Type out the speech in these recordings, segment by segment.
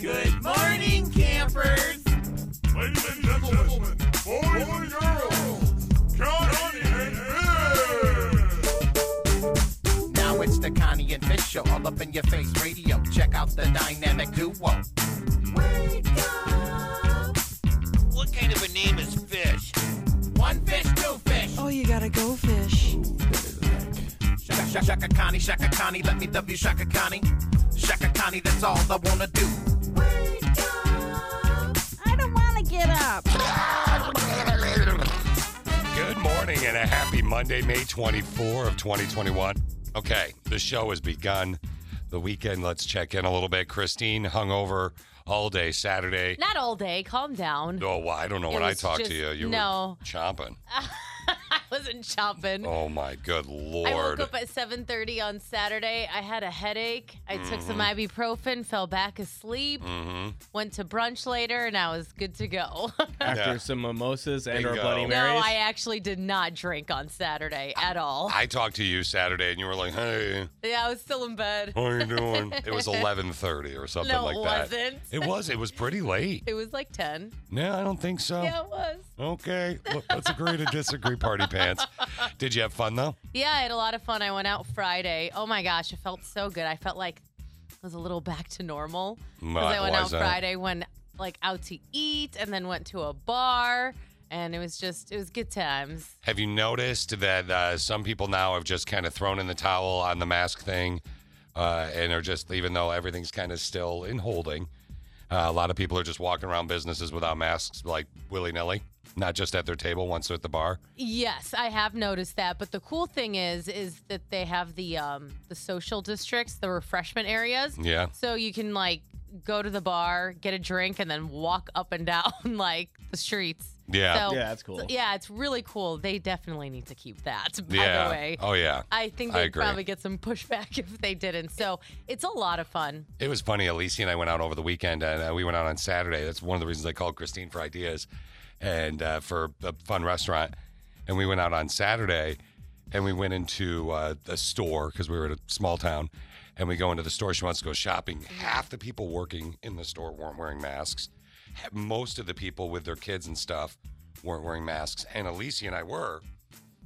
Good morning, campers. Ladies and gentlemen, boys and girls, Johnny and Bill! Now it's the Connie and Fish show, all up in your face radio. Check out the dynamic duo. What kind of a name is Fish? One fish, two fish. Oh, you gotta go fish. Shaka, shaka, shaka Connie, Shaka Connie, let me W Shaka Connie. Shaka Connie, that's all I wanna do. I don't want to get up. Good morning and a happy Monday, May 24 of 2021. Okay, the show has begun. The weekend, let's check in a little bit. Christine hung over all day Saturday. Not all day. Calm down. Oh, well, I don't know It when I was talked just- to you. You no. were chomping. I wasn't chomping. Oh, my good I woke Lord. up at 7:30 on Saturday. I had a headache. I took some Mm-hmm. ibuprofen, fell back asleep, went to brunch later, and I was good to go. After Yeah. some mimosas and our Bingo. Bloody No, no, Marys. I actually did not drink on Saturday at all. I talked to you Saturday and you were like, hey, yeah, I was still in bed. how you doing? it was 11.30 or something No, like it that. wasn't. It was. It was pretty late. It was like 10. No, I don't think so. Yeah, it was. Okay, well, let's agree to disagree, party pants. Did you have fun, though? Yeah, I had a lot of fun. I went out Friday. Oh my gosh, it felt so good. I felt like I was a little back to normal. Because I went Why out is that? Friday, went like out to eat, and then went to a bar, and it was just it was good times. Have you noticed that uh, some people now have just kind of thrown in the towel on the mask thing uh, and are just, even though everything's kind of still in holding, uh, a lot of people are just walking around businesses without masks, like willy nilly, not just at their table, once they're at the bar. Yes, I have noticed that. But the cool thing is, is that they have the um the social districts, the refreshment areas, Yeah. so you can like go to the bar, get a drink, and then walk up and down like the streets. Yeah. So, Yeah, that's cool. so, yeah, it's really cool. They definitely need to keep that. By yeah. the way. Oh, yeah. I think I they'd agree. probably get some pushback if they didn't. So it's a lot of fun. It was funny. Alicia and I went out over the weekend, and uh, we went out on Saturday. That's one of the reasons I called Christine for ideas and uh, for a fun restaurant. And we went out on Saturday, and we went into uh, a store because we were at a small town. And we go into the store. She wants to go shopping. Half the people working in the store weren't wearing masks. Ha- Most of the people with their kids and stuff weren't wearing masks. And Alicia and I were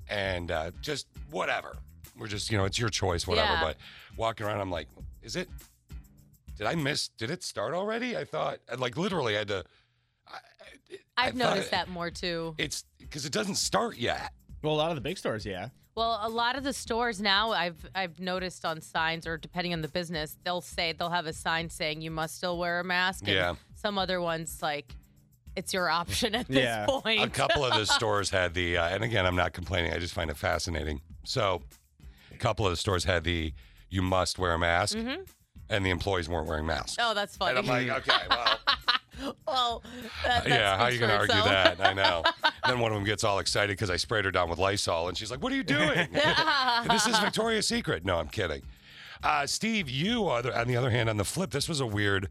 and uh, just whatever. We're just, you know, it's your choice, whatever. Yeah. But walking around, I'm like, is it? Did I miss? Did it start already? I thought, I, like, literally, I had to. I I've thought noticed it- that more too. It's because it doesn't start yet. well, a lot of the big stores, yeah. Well, a lot of the stores now I've I've noticed on signs or depending on the business, they'll say they'll have a sign saying you must still wear a mask. and Yeah. Some other ones like it's your option at this Yeah. point. A couple of the stores had the, uh, and again, I'm not complaining. I just find it fascinating. So, a couple of the stores had the, you must wear a mask, and the employees weren't wearing masks. Mm-hmm. Oh, that's and funny. I'm like, okay, well. well, that, that's yeah, how speaks you going to for argue itself. that? I know. then one of them gets all excited because I sprayed her down with Lysol, and she's like, "What are you doing? this is Victoria's Secret." No, I'm kidding. Uh, Steve, you are the, on the other hand, on the flip, this was a weird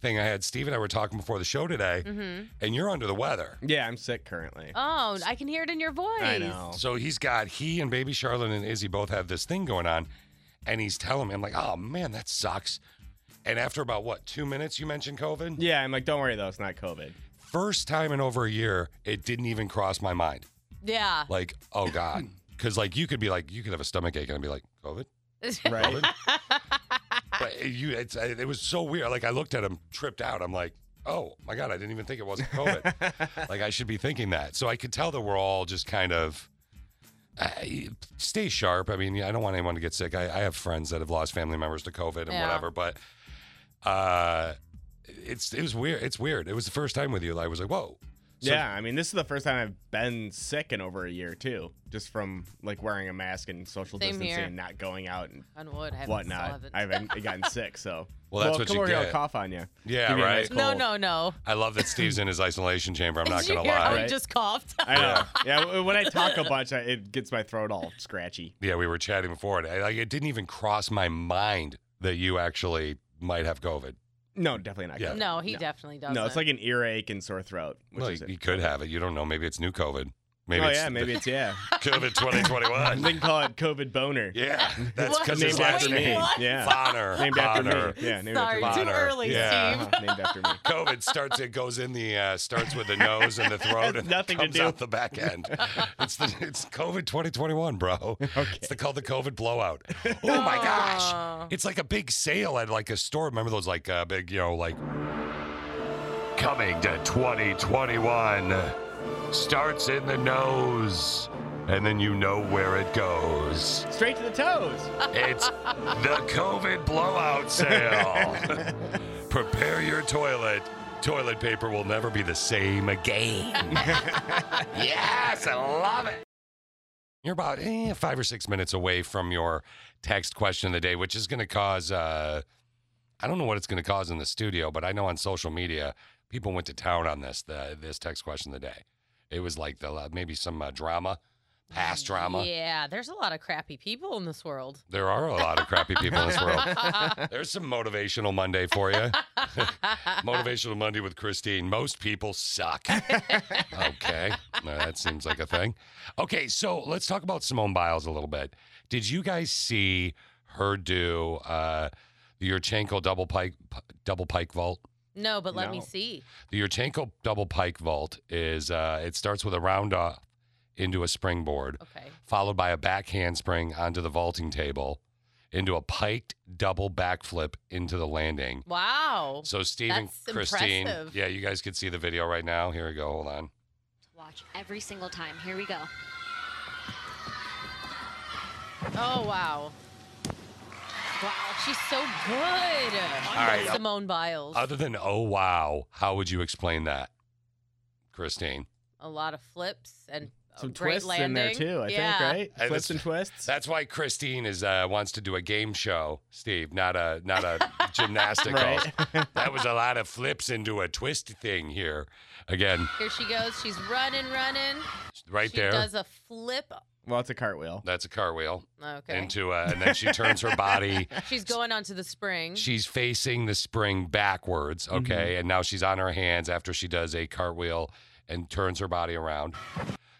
thing. I had Steve and I were talking before the show today, Mm-hmm. and you're under the weather. Yeah, I'm sick currently. Oh, I can hear it in your voice. I know. So he's got he and baby Charlotte and Izzy both have this thing going on, and he's telling me, "I'm like, oh man, that sucks." And after about what two minutes, you mentioned COVID. Yeah, I'm like, don't worry though, it's not COVID. First time in over a year, it didn't even cross my mind. Yeah. like, oh God. Because like you could be like you could have a stomach ache and I'd be like COVID, Right? COVID. but you, it's it was so weird. Like I looked at him, tripped out. I'm like, oh my God, I didn't even think it was COVID. like I should be thinking that. So I could tell that we're all just kind of. I, stay sharp. I mean, I don't want anyone to get sick. I, I have friends that have lost family members to COVID and Yeah. whatever, but uh, it's it was weird. It's weird. It was the first time with you. I was like, whoa. So- yeah, I mean, this is the first time I've been sick in over a year too, just from like wearing a mask and social Same distancing here. and not going out and On wood. I haven't- still whatnot. haven't- I haven't gotten sick, so Well, that's what you come over here, I'll get. cough on you. Yeah, Give you a right. nice No, cold. no, no. I love that Steve's in his isolation chamber. I'm not Did you gonna hear how lie. he Right. just coughed? I know. yeah, w- when I talk a bunch, I, it gets my throat all scratchy. Yeah, we were chatting before, and I, like, it didn't even cross my mind that you actually might have COVID. No, definitely not. Yeah. COVID. No, he definitely doesn't. No, it's like an earache and sore throat. Which Well, is you, you could have it. You don't know. Maybe it's new COVID. Maybe oh it's yeah, maybe it's yeah. COVID 2021. they can call it COVID boner. Yeah, that's What? because named his Wait, after last me. name. what? Yeah, Bonner. named after Bonner. me. Yeah, named Sorry, after too me. Bonner. early, Yeah. Steve. Uh-huh, named after me. COVID starts. It goes in the uh, starts with the nose and the throat, and Nothing to comes do. out the back end. It's the it's COVID 2021, bro. It's the, called the COVID blowout. Oh my gosh! Oh. It's like a big sale at like a store. Remember those like uh, big, you know, like coming to 2021 starts in the nose, and then you know where it goes. Straight to the toes. Oh, It's the COVID blowout sale. Prepare your toilet. Toilet paper will never be the same again. yes, I love it. You're about eh, five or six minutes away from your text question of the day, which is going to cause, uh, I don't know what it's going to cause in the studio, but I know on social media, people went to town on this, the, this text question of the day. It was like the, maybe some uh, drama, past drama. Yeah, there's a lot of crappy people in this world. There are a lot of crappy people in this world. There's some motivational Monday for you. motivational Monday with Christine. Most people suck. okay. Now, that seems like a thing. Okay, so let's talk about Simone Biles a little bit. Did you guys see her do uh, the Yurchenko double pike double pike vault? No, but let me No. see. The Yurchenko double pike vault is uh, it starts with a round off into a springboard Okay. followed by a back handspring onto the vaulting table into a piked double backflip into the landing. Wow. So Steve and That's Christine, impressive. yeah, you guys can see the video right now. Here we go. Hold on. Watch every single time. Here we go. Oh wow. Wow, she's so good. All right. Simone Biles. Other than oh wow, how would you explain that, Christine? a lot of flips and a Some great twists landing. in there too. I yeah. think right. And Flips it's- and twists. That's why Christine is uh, wants to do a game show, Steve, not a not a gymnastics. Right. that was a lot of flips into a twist thing here. Again, Here she goes. She's running, running. right she there. does a flip. Well, it's a cartwheel. That's a car wheel Okay. into a, and then she turns her body she's going onto the spring. she's facing the spring backwards, okay? And now she's on her hands after she does a cartwheel and turns her body around.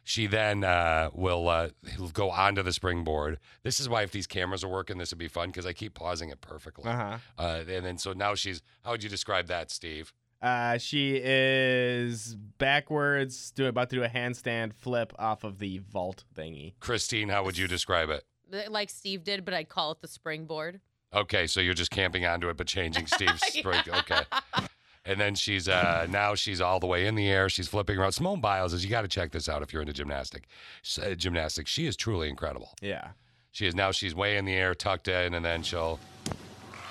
She then uh, will uh, go onto the springboard. This is why if these cameras are working, this would be fun because I keep pausing it perfectly. Uh uh huh. and then so now she's. How would you describe that, Steve? Uh, she is backwards, do about to do a handstand flip off of the vault thingy. Christine, how would you describe it? like Steve did, but I'd call it the springboard. Okay, so you're just camping onto it, but changing Steve's spring. Okay. And then she's uh now she's all the way in the air. She's flipping around. Simone Biles is you got to check this out if you're into gymnastic. S- uh, gymnastics, she is truly incredible. Yeah. She is now she's way in the air, tucked in, and then she'll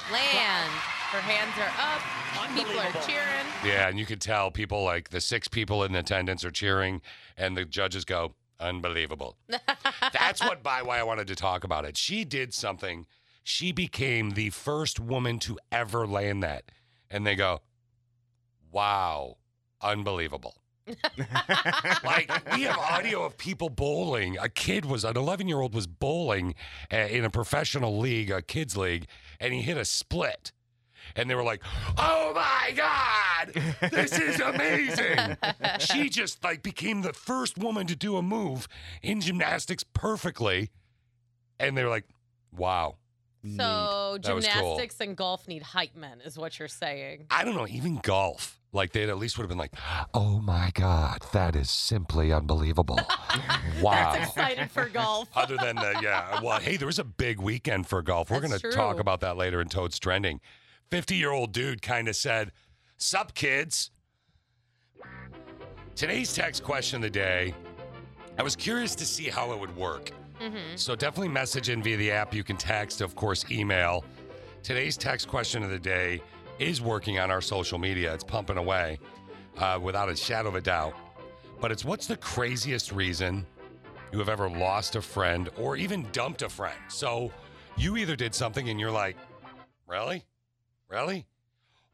Land. Her hands are up. People are cheering. yeah. And you could tell people like the six people in attendance are cheering, and the judges go unbelievable. That's what by why I wanted to talk about it. She did something. She became the first woman to ever land that. And they go, Wow, unbelievable. like we have audio of people bowling. A kid was an 11 year old was bowling uh, in a professional league, a kids league, and he hit a split. And they were like, "Oh my god, this is amazing!" she just like became the first woman to do a move in gymnastics perfectly, and they were like, "Wow." So That was cool. gymnastics and golf need hype men, is what you're saying. I don't know, even golf. Like they at least would have been like, "Oh my god, that is simply unbelievable!" wow. That's excited for golf. other than the yeah well hey there was a big weekend for golf we're going That's to talk true. about that later in toad's trending 50 year old dude kind of said sup kids today's text question of the day i was curious to see how it would work Mm-hmm. so definitely message in via the app you can text of course email today's text question of the day is working on our social media it's pumping away uh, without a shadow of a doubt but it's what's the craziest reason you have ever lost a friend or even dumped a friend. So you either did something and you're like, really? Really?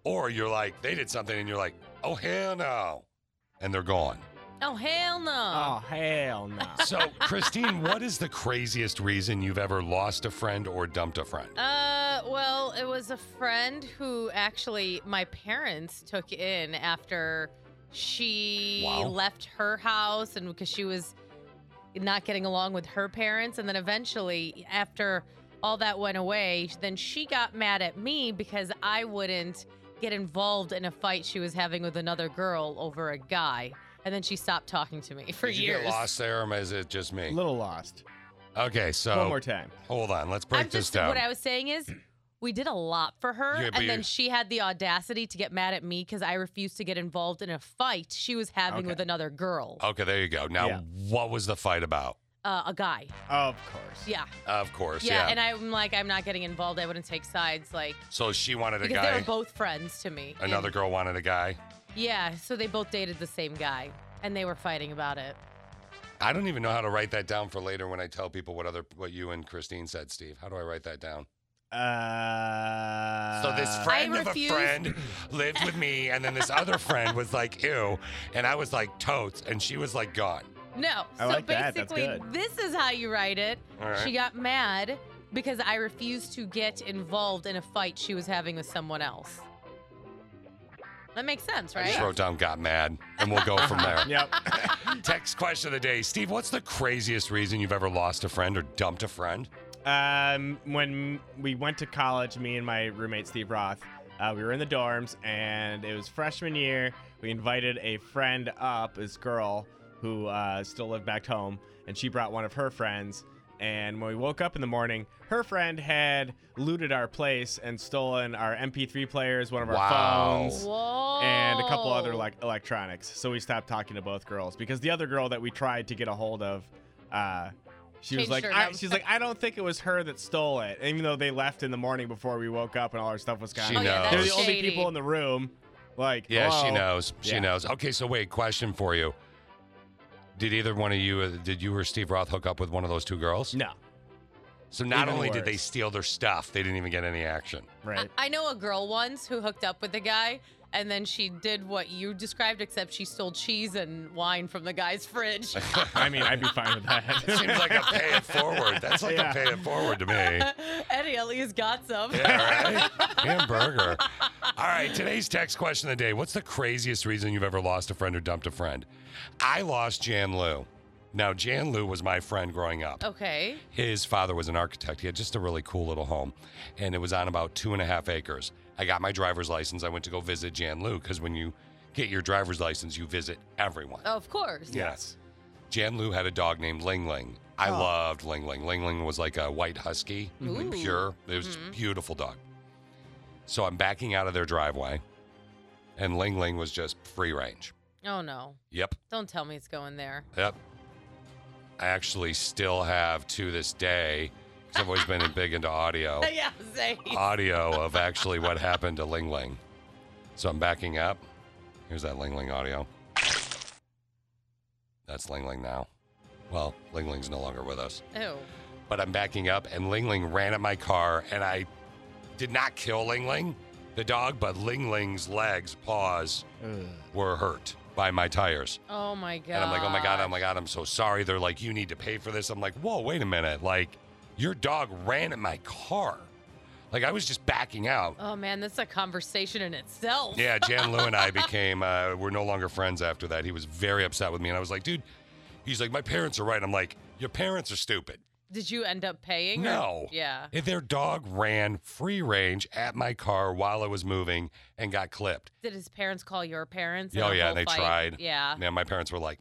Or you're like, they did something and you're like, oh, hell no. And they're gone. Oh, hell no. Oh hell no! So, Christine, what is the craziest reason you've ever lost a friend or dumped a friend? Uh, well, it was a friend who actually my parents took in after she Wow. left her house and because she was not getting along with her parents and then eventually after all that went away, then she got mad at me because I wouldn't get involved in a fight she was having with another girl over a guy. And then she stopped talking to me for Did you years. get lost there, or is it just me? Little lost. Okay, One so more time. hold on. Let's break I'm this just, down. What I was saying is, we did a lot for her, Yeah, but and then you- she had the audacity to get mad at me because I refused to get involved in a fight she was having Okay. with another girl, okay, there you go. Now, Yeah. what was the fight about? uh, a guy. Of course. Yeah. Of course, yeah, yeah. And I'm like, I'm not getting involved. I wouldn't take sides, like so she wanted a because they guy. were both friends to me. and- Another girl wanted a guy. Yeah. So they both dated the same guy, and they were fighting about it. I don't even know how to write that down for later when I tell people what other what you and Christine said, Steve. How do I write that down? Uh, So this friend of a refuse- friend lived with me, and then this other friend was like, "Ew," and I was like, "Totes," and she was like, "Gone." No. I so like that. That's basically, good. this is how you write it. All right. She got mad because I refused to get involved in a fight she was having with someone else. That makes sense, I just right? wrote down "got mad," and we'll go from there. Yep. Text question of the day, Steve. What's the craziest reason you've ever lost a friend or dumped a friend? Um, when we went to college, me and my roommate Steve Roth, uh, we were in the dorms, and it was freshman year. We invited a friend up, this girl who uh, still lived back home, and she brought one of her friends. And when we woke up in the morning, her friend had looted our place and stolen our MP3 players, one of our Wow. phones, Whoa. and a couple Oh. other like electronics. So we stopped talking to both girls because the other girl that we tried to get a hold of, uh, she Changed was like, her I, number. she's like, I don't think it was her that stole it, even though they left in the morning before we woke up and all our stuff was gone. She Oh, yeah, knows. They're the that's only shady. people in the room. Like, Yeah, she hello? knows. She Yeah. knows. Okay, so wait, question for you. Did either one of you, uh, did you or Steve Roth hook up with one of those two girls? No, So not Even only did worse. they steal their stuff, they didn't even get any action. right? I know a girl once who hooked up with a guy, and then she did what you described, except she stole cheese and wine from the guy's fridge. I mean, I'd be fine with that. It seems like a pay it forward. That's like Yeah. a pay it forward to me. Eddie at least got some. Yeah, right? Hamburger. All right, today's text question of the day. What's the craziest reason you've ever lost a friend or dumped a friend? I lost Jan Lou. Now, Jan Lou was my friend growing up. Okay. His father was an architect. He had just a really cool little home, and it was on about two and a half acres. I got my driver's license. I went to go visit Jan Lou because when you get your driver's license, you visit everyone. Oh, Of course. Yes. Jan Lou had a dog named Ling Ling. I loved Ling Ling. Ling Ling was like a white husky, like Ooh. pure. It was a beautiful dog. So I'm backing out of their driveway, and Ling Ling was just free range. Oh no. Yep, Don't tell me it's going there. yep. I actually still have to this day, because I've always been big into audio, yeah, say. uh, audio of actually what happened to Ling Ling. So I'm backing up. Here's that Ling Ling audio. That's Ling Ling now. Well, Ling Ling's no longer with us. Ew. But I'm backing up, and Ling Ling ran at my car, and I did not kill Ling Ling, the dog, but Ling Ling's legs, paws were hurt by my tires. Oh my god. And I'm like, oh my God, oh my God, I'm so sorry. They're like, you need to pay for this. I'm like, whoa, wait a minute. Like, your dog ran at my car. Like, I was just backing out. Oh man, that's a conversation in itself. Yeah, Jan Lou and I became uh, we're no longer friends after that. He was very upset with me, and I was like, dude, he's like, my parents are right. I'm like, your parents are stupid. Did you end up paying? or- No. Yeah. If Their dog ran free range at my car while I was moving and got clipped. Did his parents call your parents? in oh a yeah, whole they fight? tried. Yeah. Yeah, my parents were like,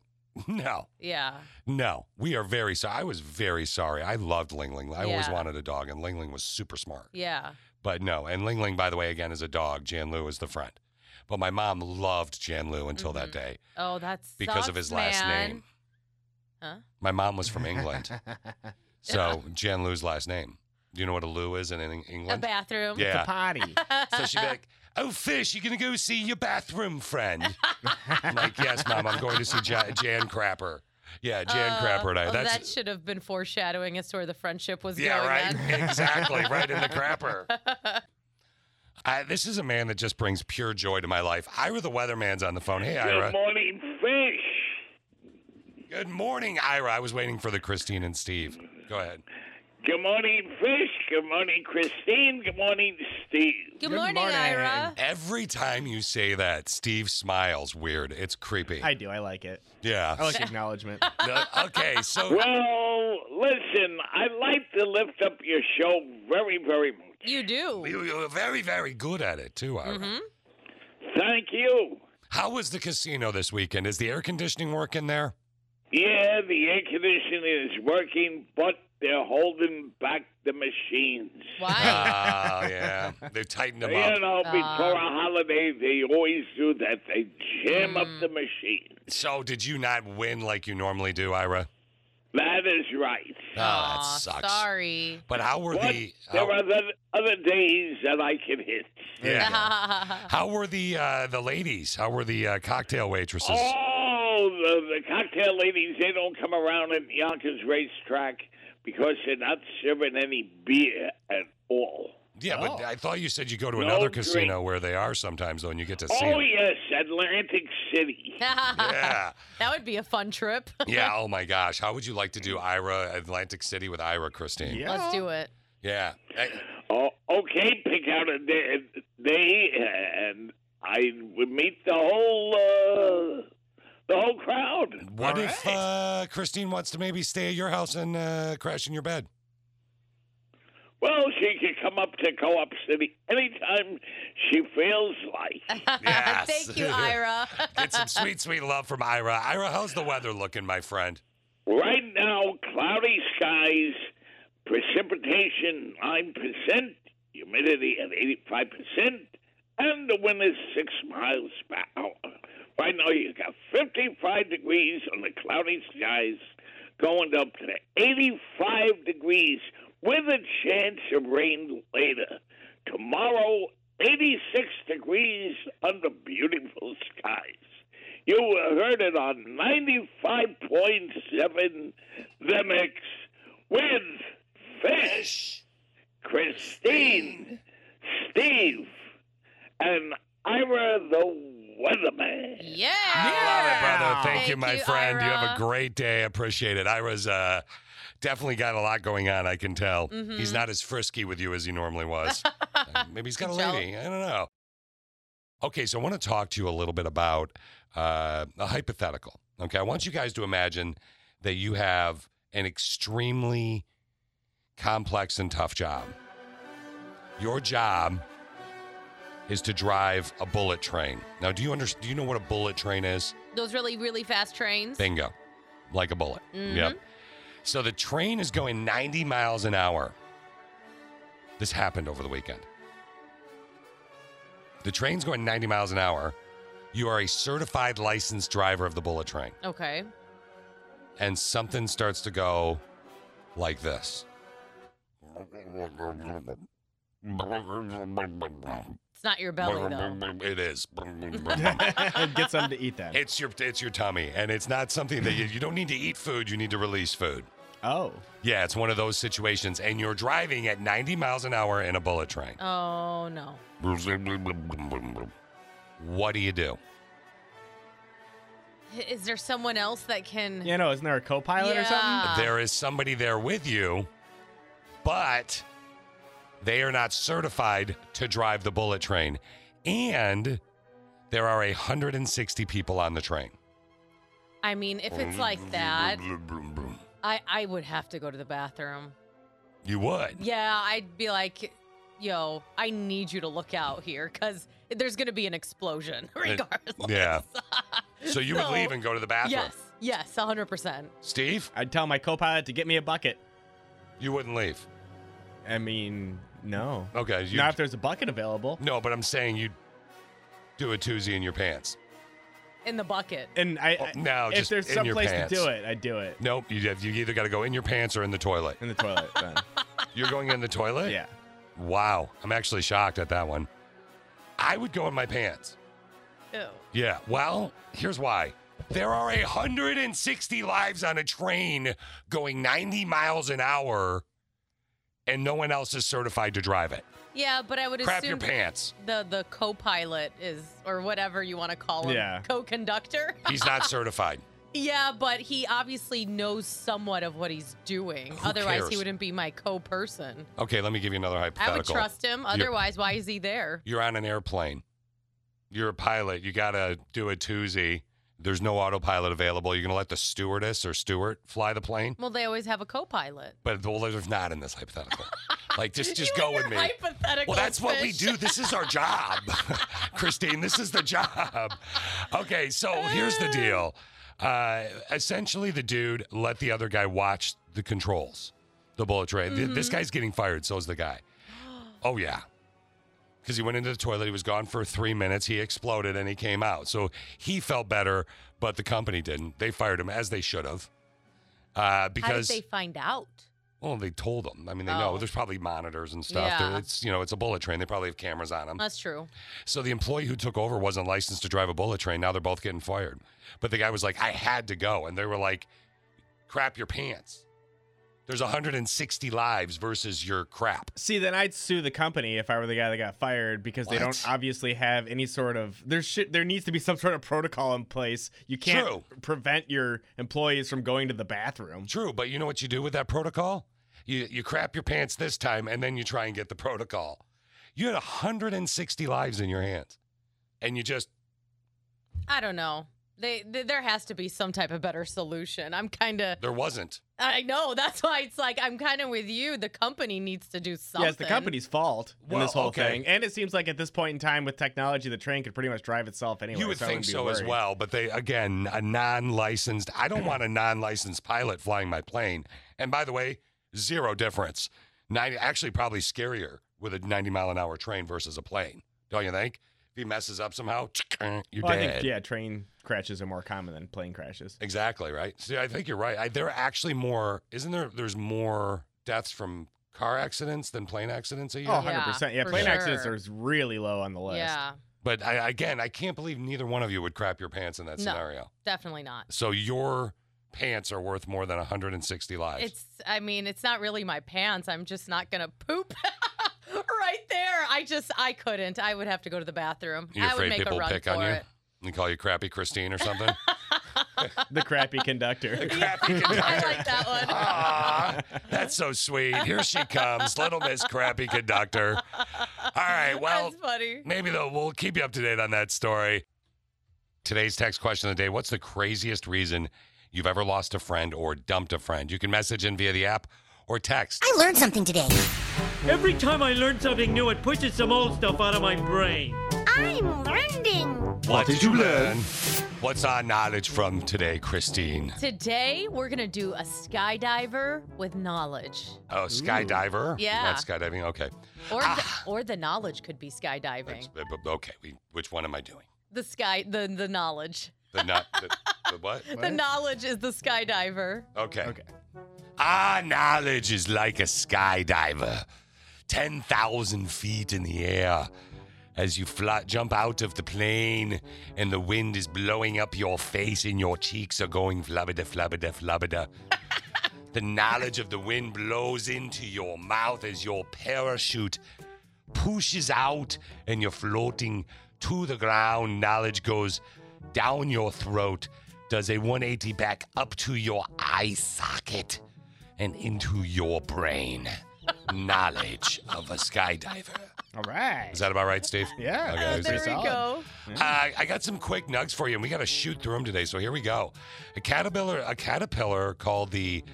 no, Yeah. no, we are very sorry. I was very sorry. I loved Ling Ling. I always Yeah. wanted a dog, and Ling Ling was super smart. Yeah. But no, and Ling Ling, by the way, again is a dog. Jan Lou is the friend. But my mom loved Jan Lou until that day. Oh, that's Because of his last name. Huh? My mom was from England. so Jan Lou's last name. Do you know what a Lou is in Eng- A England? bathroom. It's Yeah. a potty. so she'd be like, Oh, Fish, you going to go see your bathroom friend? I'm like, Yes, mom, I'm going to see ja- Jan Crapper. Yeah, Jan Uh, Crapper and I. oh, That's. that should have been foreshadowing as to where the friendship was yeah, going. right. then. exactly. Right in the crapper. I, this is a man that just brings pure joy to my life. Ira the Weatherman's on the phone. Hey, Ira. Good morning, fish. Good morning, Ira. I was waiting for the Christine and Steve. Go ahead. Good morning, Fish. Good morning, Christine. Good morning, Steve. Good, morning, Ira. Every time you say that, Steve smiles weird. It's creepy. I do. I like it. I yeah. like acknowledgement. No, okay, so Well, listen, I like to lift up your show very, very much. You do. you- you're very, very good at it too, Ira. Mm-hmm. Thank you. How was the casino this weekend? Is the air conditioning working there? Yeah, the air conditioning is working, but they're holding back the machines. Why? Ah, yeah. They tightened them You up. know, Ah. before a holiday, they always do that. They jam up the machine. So did you not win like you normally do, Ira? That is right. Oh, that Aw, sucks. Sorry. But how were But the there how, are the other days that I can hit. yeah. How were the uh, the ladies? How were the uh, cocktail waitresses? Oh, the, the cocktail ladies, they don't come around at Yonkers Racetrack because they're not serving any beer at all. yeah, but Oh. I thought you said you go to No another drink. casino where they are sometimes though, and you get to see Oh, them. yes, Atlantic City. Yeah. That would be a fun trip. Yeah. Oh my gosh. How would you like to do Ira Atlantic City with Ira Christine? Yeah. Let's do it. Yeah. Eh, Oh, okay, pick out a day, a day and I would meet the whole uh, the whole crowd. What if uh, Christine wants to maybe stay at your house and uh, crash in your bed? Well, she could come up to Co-op City anytime she feels like. Yes. Thank you, Ira. Get some sweet, sweet love from Ira. Ira, how's the weather looking, my friend? Right now, cloudy skies, precipitation nine percent, humidity at eighty-five percent, and the wind is six miles per hour. Right now, you got fifty-five degrees on the cloudy skies, going up to eighty-five degrees with a chance of rain later. Tomorrow, eighty-six degrees under beautiful skies. You heard it on 95.7 The Mix with Fish, Christine, Steve, and Ira the Weatherman. yeah. Love it, brother. Thank, Thank you, my you, friend. You have a Ira. great day. Appreciate it. Ira's uh, definitely got a lot going on, I can tell. Mhm. He's not as frisky with you as he normally was. Uh, Maybe he's got a Could tell. lady. I don't know. Okay, so I want to talk to you a little bit about uh, a hypothetical. Okay, I want you guys to imagine that you have an extremely complex and tough job. Your job is to drive a bullet train. Now, do you understand? Do you know what a bullet train is? Those really, really fast trains. Bingo. Like a bullet. Yep. So the train is going 90 miles an hour. This happened over the weekend. The train's going 90 miles an hour. You are a certified licensed driver of the bullet train, okay. and something starts to go like this. It's not your belly, though. It is. Get something to eat then. It's your it's your tummy, and it's not something that you, you don't need to eat food. You need to release food. Oh. Yeah, it's one of those situations, and you're driving at 90 miles an hour in a bullet train. Oh, no. What do you do? Is there someone else that can. You know, isn't there a co pilot or something? Yeah. There is somebody there with you, but they are not certified to drive the bullet train, and there are 160 people on the train. I mean, if it's like that, I, I would have to go to the bathroom. you would. Yeah, I'd be like, yo, I need you to look out here because there's going to be an explosion regardless. Yeah. So you would So- leave and go to the bathroom. Yes, yes, 100%. Steve, I'd tell my co pilot to get me a bucket. you wouldn't leave. I mean, no. Okay. You, Not if there's a bucket available. no, but I'm saying you do a toozy in your pants. In the bucket. And I, Oh, I- no, if just there's in your someplace to pants. do it, I'd do it Nope, you you either got to go in your pants or in the toilet. in the toilet. Then. You're going in the toilet? Yeah. Wow, I'm actually shocked at that one. I would go in my pants. Ew. Yeah. Well, here's why. There are 160 lives on a train going 90 miles an hour and no one else is certified to drive it. Yeah, but I would Crap your assume pants. the the co-pilot is or whatever you want to call him, Yeah. co-conductor. He's not certified. Yeah, but he obviously knows somewhat of what he's doing. Otherwise, cares? he wouldn't be my co-person. Okay, let me give you another I hypothetical. would trust him. Otherwise, why is he there? You're on an airplane. You're a pilot. You gotta do a toozy. There's no autopilot available. You're gonna let the stewardess or steward fly the plane, Well, they always have a co-pilot. but well, there's not in this hypothetical. like just just You go and with your me. Hypothetical. Well, that's what we fish. do. This is our job, Christine. This is the job. Okay, so here's the deal. Uh, essentially, the dude let the other guy watch the controls, the bullet train. Th- This Mm-hmm. guy's getting fired. So is the guy. Oh yeah, because he went into the toilet. He was gone for three minutes. He exploded and he came out. So he felt better, but the company didn't. They fired him as they should have. Uh, How did because they find out? well, they told them. I mean, they Oh. know there's probably monitors and stuff. They're- Yeah. Uh, It's you know, it's a bullet train. They probably have cameras on them. That's true. So the employee who took over wasn't licensed to drive a bullet train. Now they're both getting fired. But the guy was like, "I had to go," and they were like, "Crap your pants." There's 160 lives versus your crap. See, then I'd sue the company if I were the guy that got fired because they don't What? obviously have any sort of there should there needs to be some sort of protocol in place. You can't True. prevent your employees from going to the bathroom. True, but you know what you do with that protocol? You you crap your pants this time, and then you try and get the protocol. You had 160 lives in your hands, and you just I don't know. They, th there has to be some type of better solution. I'm kind of. there wasn't. I know that's why it's like I'm kind of with you. The company needs to do something. Yeah, it's the company's fault in Well, this whole okay. thing. And it seems like at this point in time with technology the train could pretty much drive itself anyway. you would I think wouldn't be so as worried. well, but they again a non-licensed. I don't want a non-licensed pilot flying my plane. And by the way, zero difference. Ninety, actually, probably scarier with a ninety mile an hour train versus a plane. Don't you think? If he messes up somehow, you're Well, I dead. think yeah, train crashes are more common than plane crashes. Exactly right. See, I think you're right. I, there are actually more. Isn't there? There's more deaths from car accidents than plane accidents a year. Oh, Yeah, 100%. Yeah, for plane accidents sure. are really low on the list. Yeah, But I, again, I can't believe neither one of you would crap your pants in that No. scenario. definitely not. So your pants are worth more than 160 lives. It's. I mean, it's not really my pants. I'm just not gonna poop. Right there, I just I couldn't. I would have to go to the bathroom. You're I would afraid make people a run pick for on you? it. They call you crappy Christine or something? The crappy conductor. crappy I conductor. like that one. Ah, Aw, that's so sweet. Here she comes, little Miss Crappy Conductor. All right, well, that's funny. maybe though we'll keep you up to date on that story. Today's text question of the day What's the craziest reason you've ever lost a friend or dumped a friend? You can message in via the app or text. I learned something today. Every time I learn something new, it pushes some old stuff out of my brain. I'm learning. What did you learn? What's our knowledge from today, Christine? Today, we're going to do a skydiver with knowledge. Oh, skydiver? Yeah. Not skydiving? Okay. Or, the, or the knowledge could be skydiving. Ah. That's- uh, b- Okay, we, which one am I doing? The sky, the, the knowledge. The not the, the what? The knowledge is the skydiver. Okay. Okay. Our knowledge is like a skydiver, ten thousand feet in the air. As you fly, jump out of the plane, and the wind is blowing up your face, and your cheeks are going flubbida, flubbida, flubbida. the knowledge of the wind blows into your mouth as your parachute pushes out and you're floating to the ground. Knowledge goes down your throat, does a 180 back up to your eye socket and into your brain. Knowledge of a skydiver. All right. Is that about right, Steve? Yeah. Okay, Uh, is There it- we pretty solid. go. uh, I got some quick nugs for you, and we got to shoot through them today. So here we go. A caterpillar, a caterpillar called the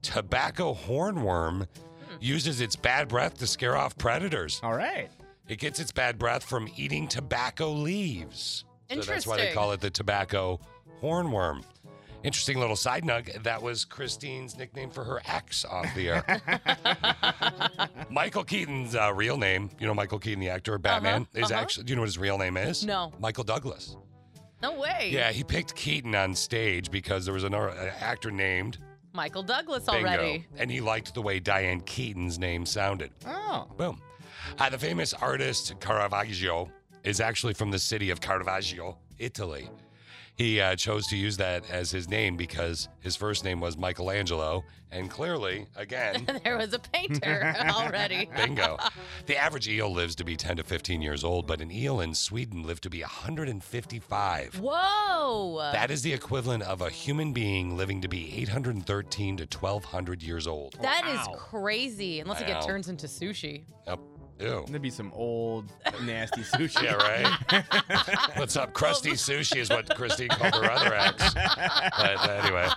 tobacco hornworm, Hmm. uses its bad breath to scare off predators. All right. It gets its bad breath from eating tobacco leaves. So that's why they Interesting. call it the tobacco hornworm. Interesting little side nug. That was Christine's nickname for her ex off the air. Michael Keaton's uh, real name, you know, Michael Keaton, the actor, Batman, Uh-huh, is uh-huh. actually, do you know what his real name is? No. Michael Douglas. No way. Yeah, he picked Keaton on stage because there was another uh, actor named Michael Douglas Bingo, already. and he liked the way Diane Keaton's name sounded. Oh. Boom. Uh, the famous artist Caravaggio is actually from the city of Caravaggio, Italy. he uh, chose to use that as his name because his first name was Michelangelo, and clearly, again, there was a painter already. bingo. The average eel lives to be 10 to 15 years old, but an eel in Sweden lived to be 155. Whoa. That is the equivalent of a human being living to be 813 to 1200 years old. That is Wow. crazy. Unless it Wow. get turns into sushi. Yep. Ew. That'd be some old nasty sushi. Yeah, right. What's up, crusty sushi is what Christine called her other ex. But uh, anyway,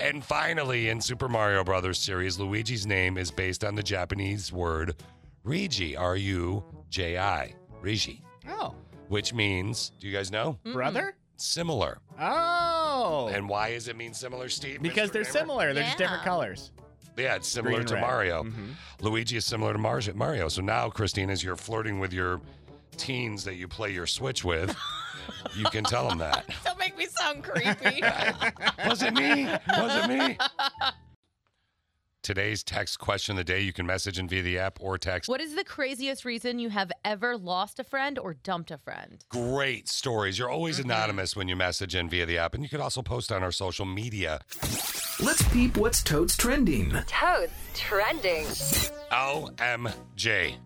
and finally, in Super Mario Brothers series, Luigi's name is based on the Japanese word Rigi, R-U-J-I, Rigi, Oh, which means, do you guys know? brother. Similar. Oh, And why does it mean similar, Steve? because Mr. they're Remember? similar. They're just different Yeah. colors. Yeah, it's similar Green and to red. Mario. Mhm. Luigi is similar to Mar- Mario. So now, Christine, as you're flirting with your teens that you play your Switch with, you can tell them that. Don't make me sound creepy. Was it me? Was it me? Today's text question of the day you can message in via the app or text. what is the craziest reason you have ever lost a friend or dumped a friend? Great stories. You're always anonymous when you message in via the app, and you can also post on our social media. Let's peep what's toads trending. Toads trending. OMG.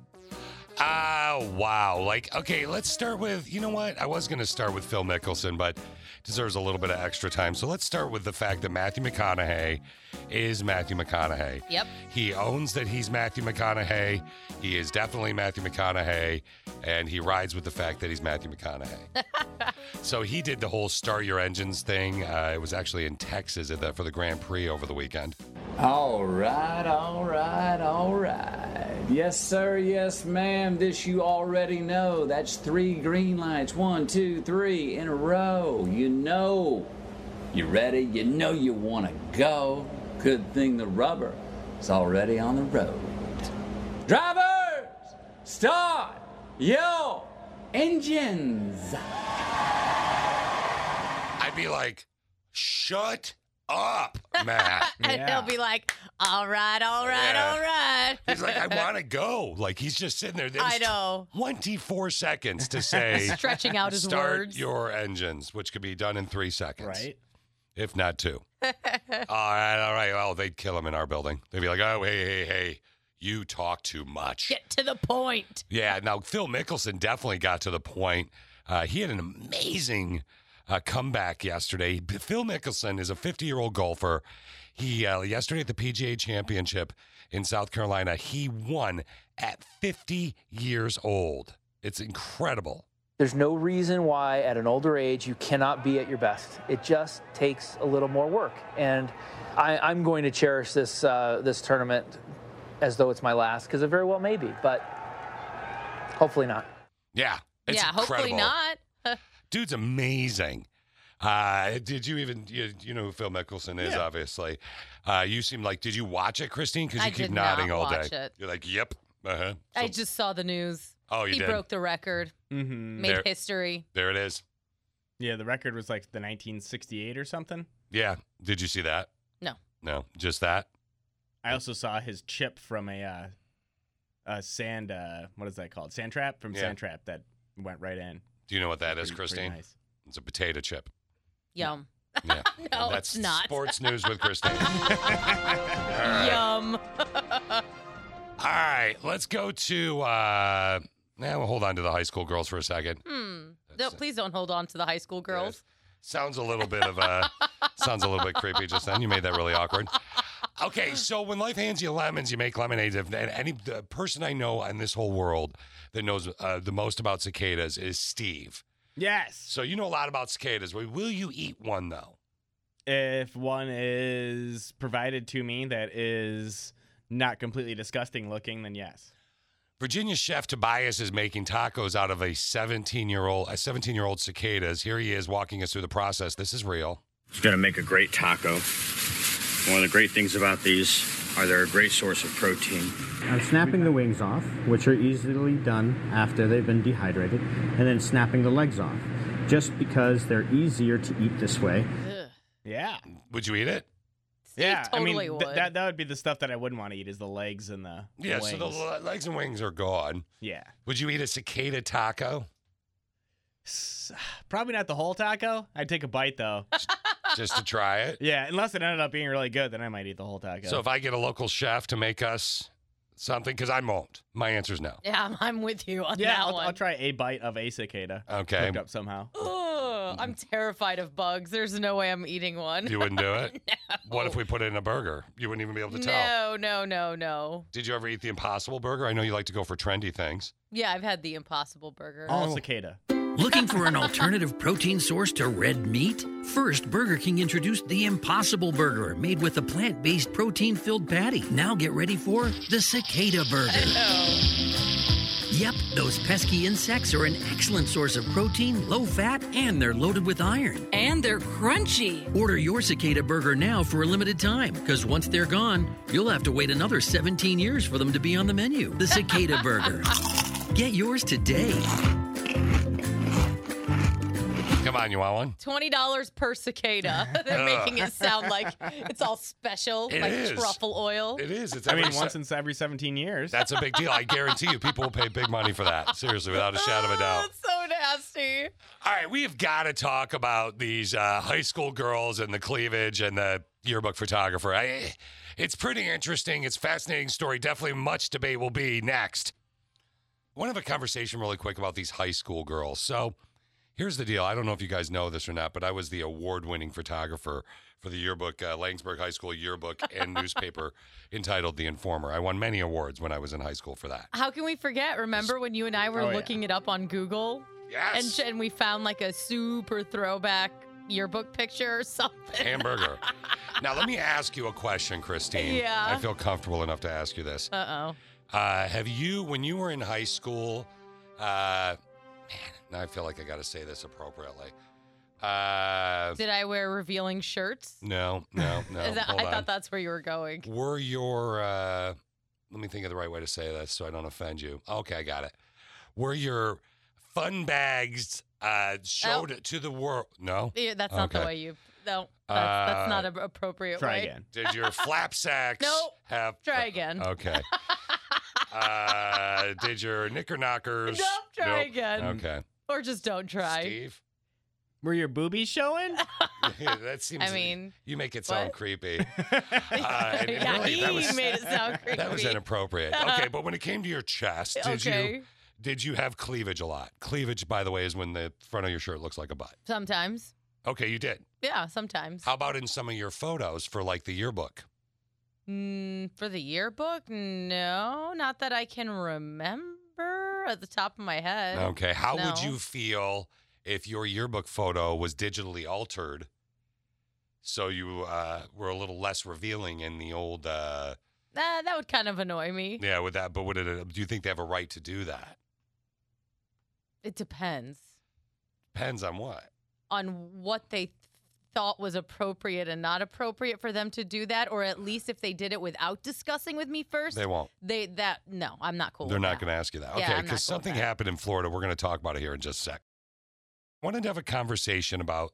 Ah, wow. Like, okay, let's start with, you know what? I was going to start with Phil Mickelson, but deserves a little bit of extra time. So let's start with the fact that Matthew McConaughey is Matthew McConaughey. Yep. He owns that he's Matthew McConaughey. He is definitely Matthew McConaughey, and he rides with the fact that he's Matthew McConaughey. so he did the whole start your engines thing. Uh, it was actually in Texas at the, for the Grand Prix over the weekend. All right, all right, all right. Yes, sir, yes, ma'am. This you already know. Oh, That's three green lights. One, two, three in a row. You know. You ready? You know you want to go. Good thing the rubber is already on the road. Drivers, start yo engines. I'd be like, shut up, Matt. And Yeah. they'll be like, all right, all right, Yeah. all right. He's like, I want to go. Like, he's just sitting there. It I was know. 24 seconds to say, Stretching out his start words. your engines, which could be done in three seconds. Right. if not two. all right, all right. Well, they'd kill him in our building. They'd be like, oh, hey, hey, hey, you talk too much. Get to the point. Yeah, now Phil Mickelson definitely got to the point. Uh, he had an amazing uh, comeback yesterday. B- Phil Mickelson is a 50 year old golfer. He uh, yesterday at the PGA Championship in South Carolina, he won at 50 years old. It's incredible. There's no reason why at an older age you cannot be at your best. It just takes a little more work. And I, I'm going to cherish this uh, this tournament as though it's my last, because it very well may be, but hopefully not. Yeah, it's yeah, hopefully incredible. not. dude's amazing. Uh, did you even you, you know who Phil Mickelson is? Yeah. Obviously, uh, you seem like. Did you watch it, Christine? Because I you keep did not nodding all watch day. it. You're like, yep. Uh huh. I just saw the news. oh, you He did. Mm, broke the record, Mm-hmm. made There- history. There it is. Yeah, the record was like the 1968 or something. Yeah. Did you see that? No. No, just that. I also saw his chip from a uh, a sand. Uh, what is that called? Sand trap from Yeah. sand trap that went right in. Do you know what that is, Pretty- pretty Christine? nice. It's a potato chip. Yum. Yeah. No, That's it's not. Sports news with Christine. Yum. All right, let's go to. uh Now we'll hold on to the high school girls for a second. Hmm. No, That's it. please don't hold on to the high school girls. Sounds a little bit of a sounds a little bit creepy just then. You made that really awkward. Okay, so when life hands you lemons, you make lemonades. If and any the person I know in this whole world that knows uh, the most about cicadas is Steve. Yes. So you know a lot about cicadas. Will will you eat one though? If one is provided to me that is not completely disgusting looking, then yes. Virginia chef Tobias is making tacos out of a 17 year old a 17 year old cicadas. Here he is walking us through the process. This is real. It's going to make a great taco. One of the great things about these are they're a great source of protein. I'm Uh, snapping the wings off, which are easily done after they've been dehydrated, and then snapping the legs off, just because they're easier to eat this way. Ugh. Yeah. Would you eat it? Steve yeah. I totally mean, would. th- that that would be the stuff that I wouldn't want to eat is the legs and the Yeah. So the wings. le- legs and wings are gone. yeah. Would you eat a cicada taco? S- Probably not the whole taco. I'd take a bite though. just to try it. yeah, unless it ended up being really good, then I might eat the whole taco. So if I get a local chef to make us something, because I won't, my answer's no. Yeah, I'm, I'm with you on yeah, that I'll, one. I'll try a bite of a cicada. Okay. Cooked up somehow. Ugh, Mm-hmm. I'm terrified of bugs. There's no way I'm eating one. You wouldn't do it? What if we put it in a burger? You wouldn't even be able to tell. No, no, no, no. Did you ever eat the Impossible Burger? I know you like to go for trendy things. Yeah, I've had the Impossible Burger. All Oh. cicada. Looking for an alternative protein source to red meat? First, Burger King introduced the Impossible Burger, made with a plant based protein filled patty. Now get ready for the Cicada Burger. Yep, those pesky insects are an excellent source of protein, low fat, and they're loaded with iron. And they're crunchy. Order your Cicada Burger now for a limited time, because once they're gone, you'll have to wait another 17 years for them to be on the menu. The Cicada Burger. Get yours today. Come on, you want one? Twenty dollars per cicada. They're Ugh. making it sound like it's all special, It like is. truffle oil. It is. It's I mean, every se- once in every 17 years. That's a big deal. I guarantee you, people will pay big money for that. Seriously, without a shadow of a doubt. That's so nasty. All right, we have got to talk about these uh, high school girls and the cleavage and the yearbook photographer. I, it's pretty interesting. It's a fascinating story. Definitely much debate will be next. I want to have a conversation really quick about these high school girls. So here's the deal. I don't know if you guys know this or not, but I was the award-winning photographer for the yearbook, uh, Langsburg High School yearbook and newspaper entitled The Informer. I won many awards when I was in high school for that. How can we forget? Remember when you and I were Oh, yeah. looking it up on Google? Yes. And, and we found like a super throwback yearbook picture or something. hamburger. now, let me ask you a question, Christine. Yeah. I feel comfortable enough to ask you this. Uh oh. Uh, have you, when you were in high school, uh, man, now I feel like I got to say this appropriately. Uh, Did I wear revealing shirts? no, no, no. Is that- hold I on. thought that's where you were going. Were your, uh, let me think of the right way to say this so I don't offend you. Okay, I got it. Were your fun bags Oh. uh, showed to the world? No? Yeah, that's not the Okay. way you. No, that's, that's not Uh, an appropriate way. Did your flap sacks No. have Try again. Okay. uh, did your knicker knockers? Nope, try again. Okay. Or just don't try. Steve, Were your boobies showing? that seems. I mean, you make it sound what? creepy. Uh, and it Yeah, really- that he was- made it sound creepy. That was inappropriate. Okay, but when it came to your chest, did Okay. you did you have cleavage a lot? Cleavage, by the way, is when the front of your shirt looks like a butt. Sometimes. Okay, you did. Yeah, sometimes. How about in some of your photos for like the yearbook? Mm, for the yearbook? No, not that I can remember at the top of my head. Okay. How would No. you feel if your yearbook photo was digitally altered so you uh, were a little less revealing in the old uh, Nah, that would kind of annoy me. yeah with that but would it uh, do you think they have a right to do that It depends depends on what on what they th- thought was appropriate and not appropriate for them to do that, or at least if they did it without discussing with me first. They won't. They that no, I'm not cool. they're with not that. going to ask you that Yeah, okay I'm not because cool with something that. happened in florida we're going to talk about it here in just a sec i wanted to have a conversation about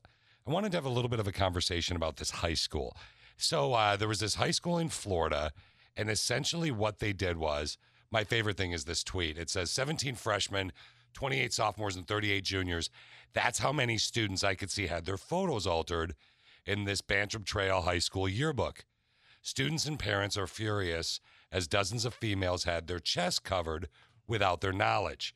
i wanted to have a little bit of a conversation about this high school so uh, there was this high school in florida and essentially what they did was my favorite thing is this tweet it says 17 freshmen 28 sophomores and 38 juniors that's how many students i could see had their photos altered in this bantram trail high school yearbook Students and parents are furious as dozens of females had their chests covered without their knowledge.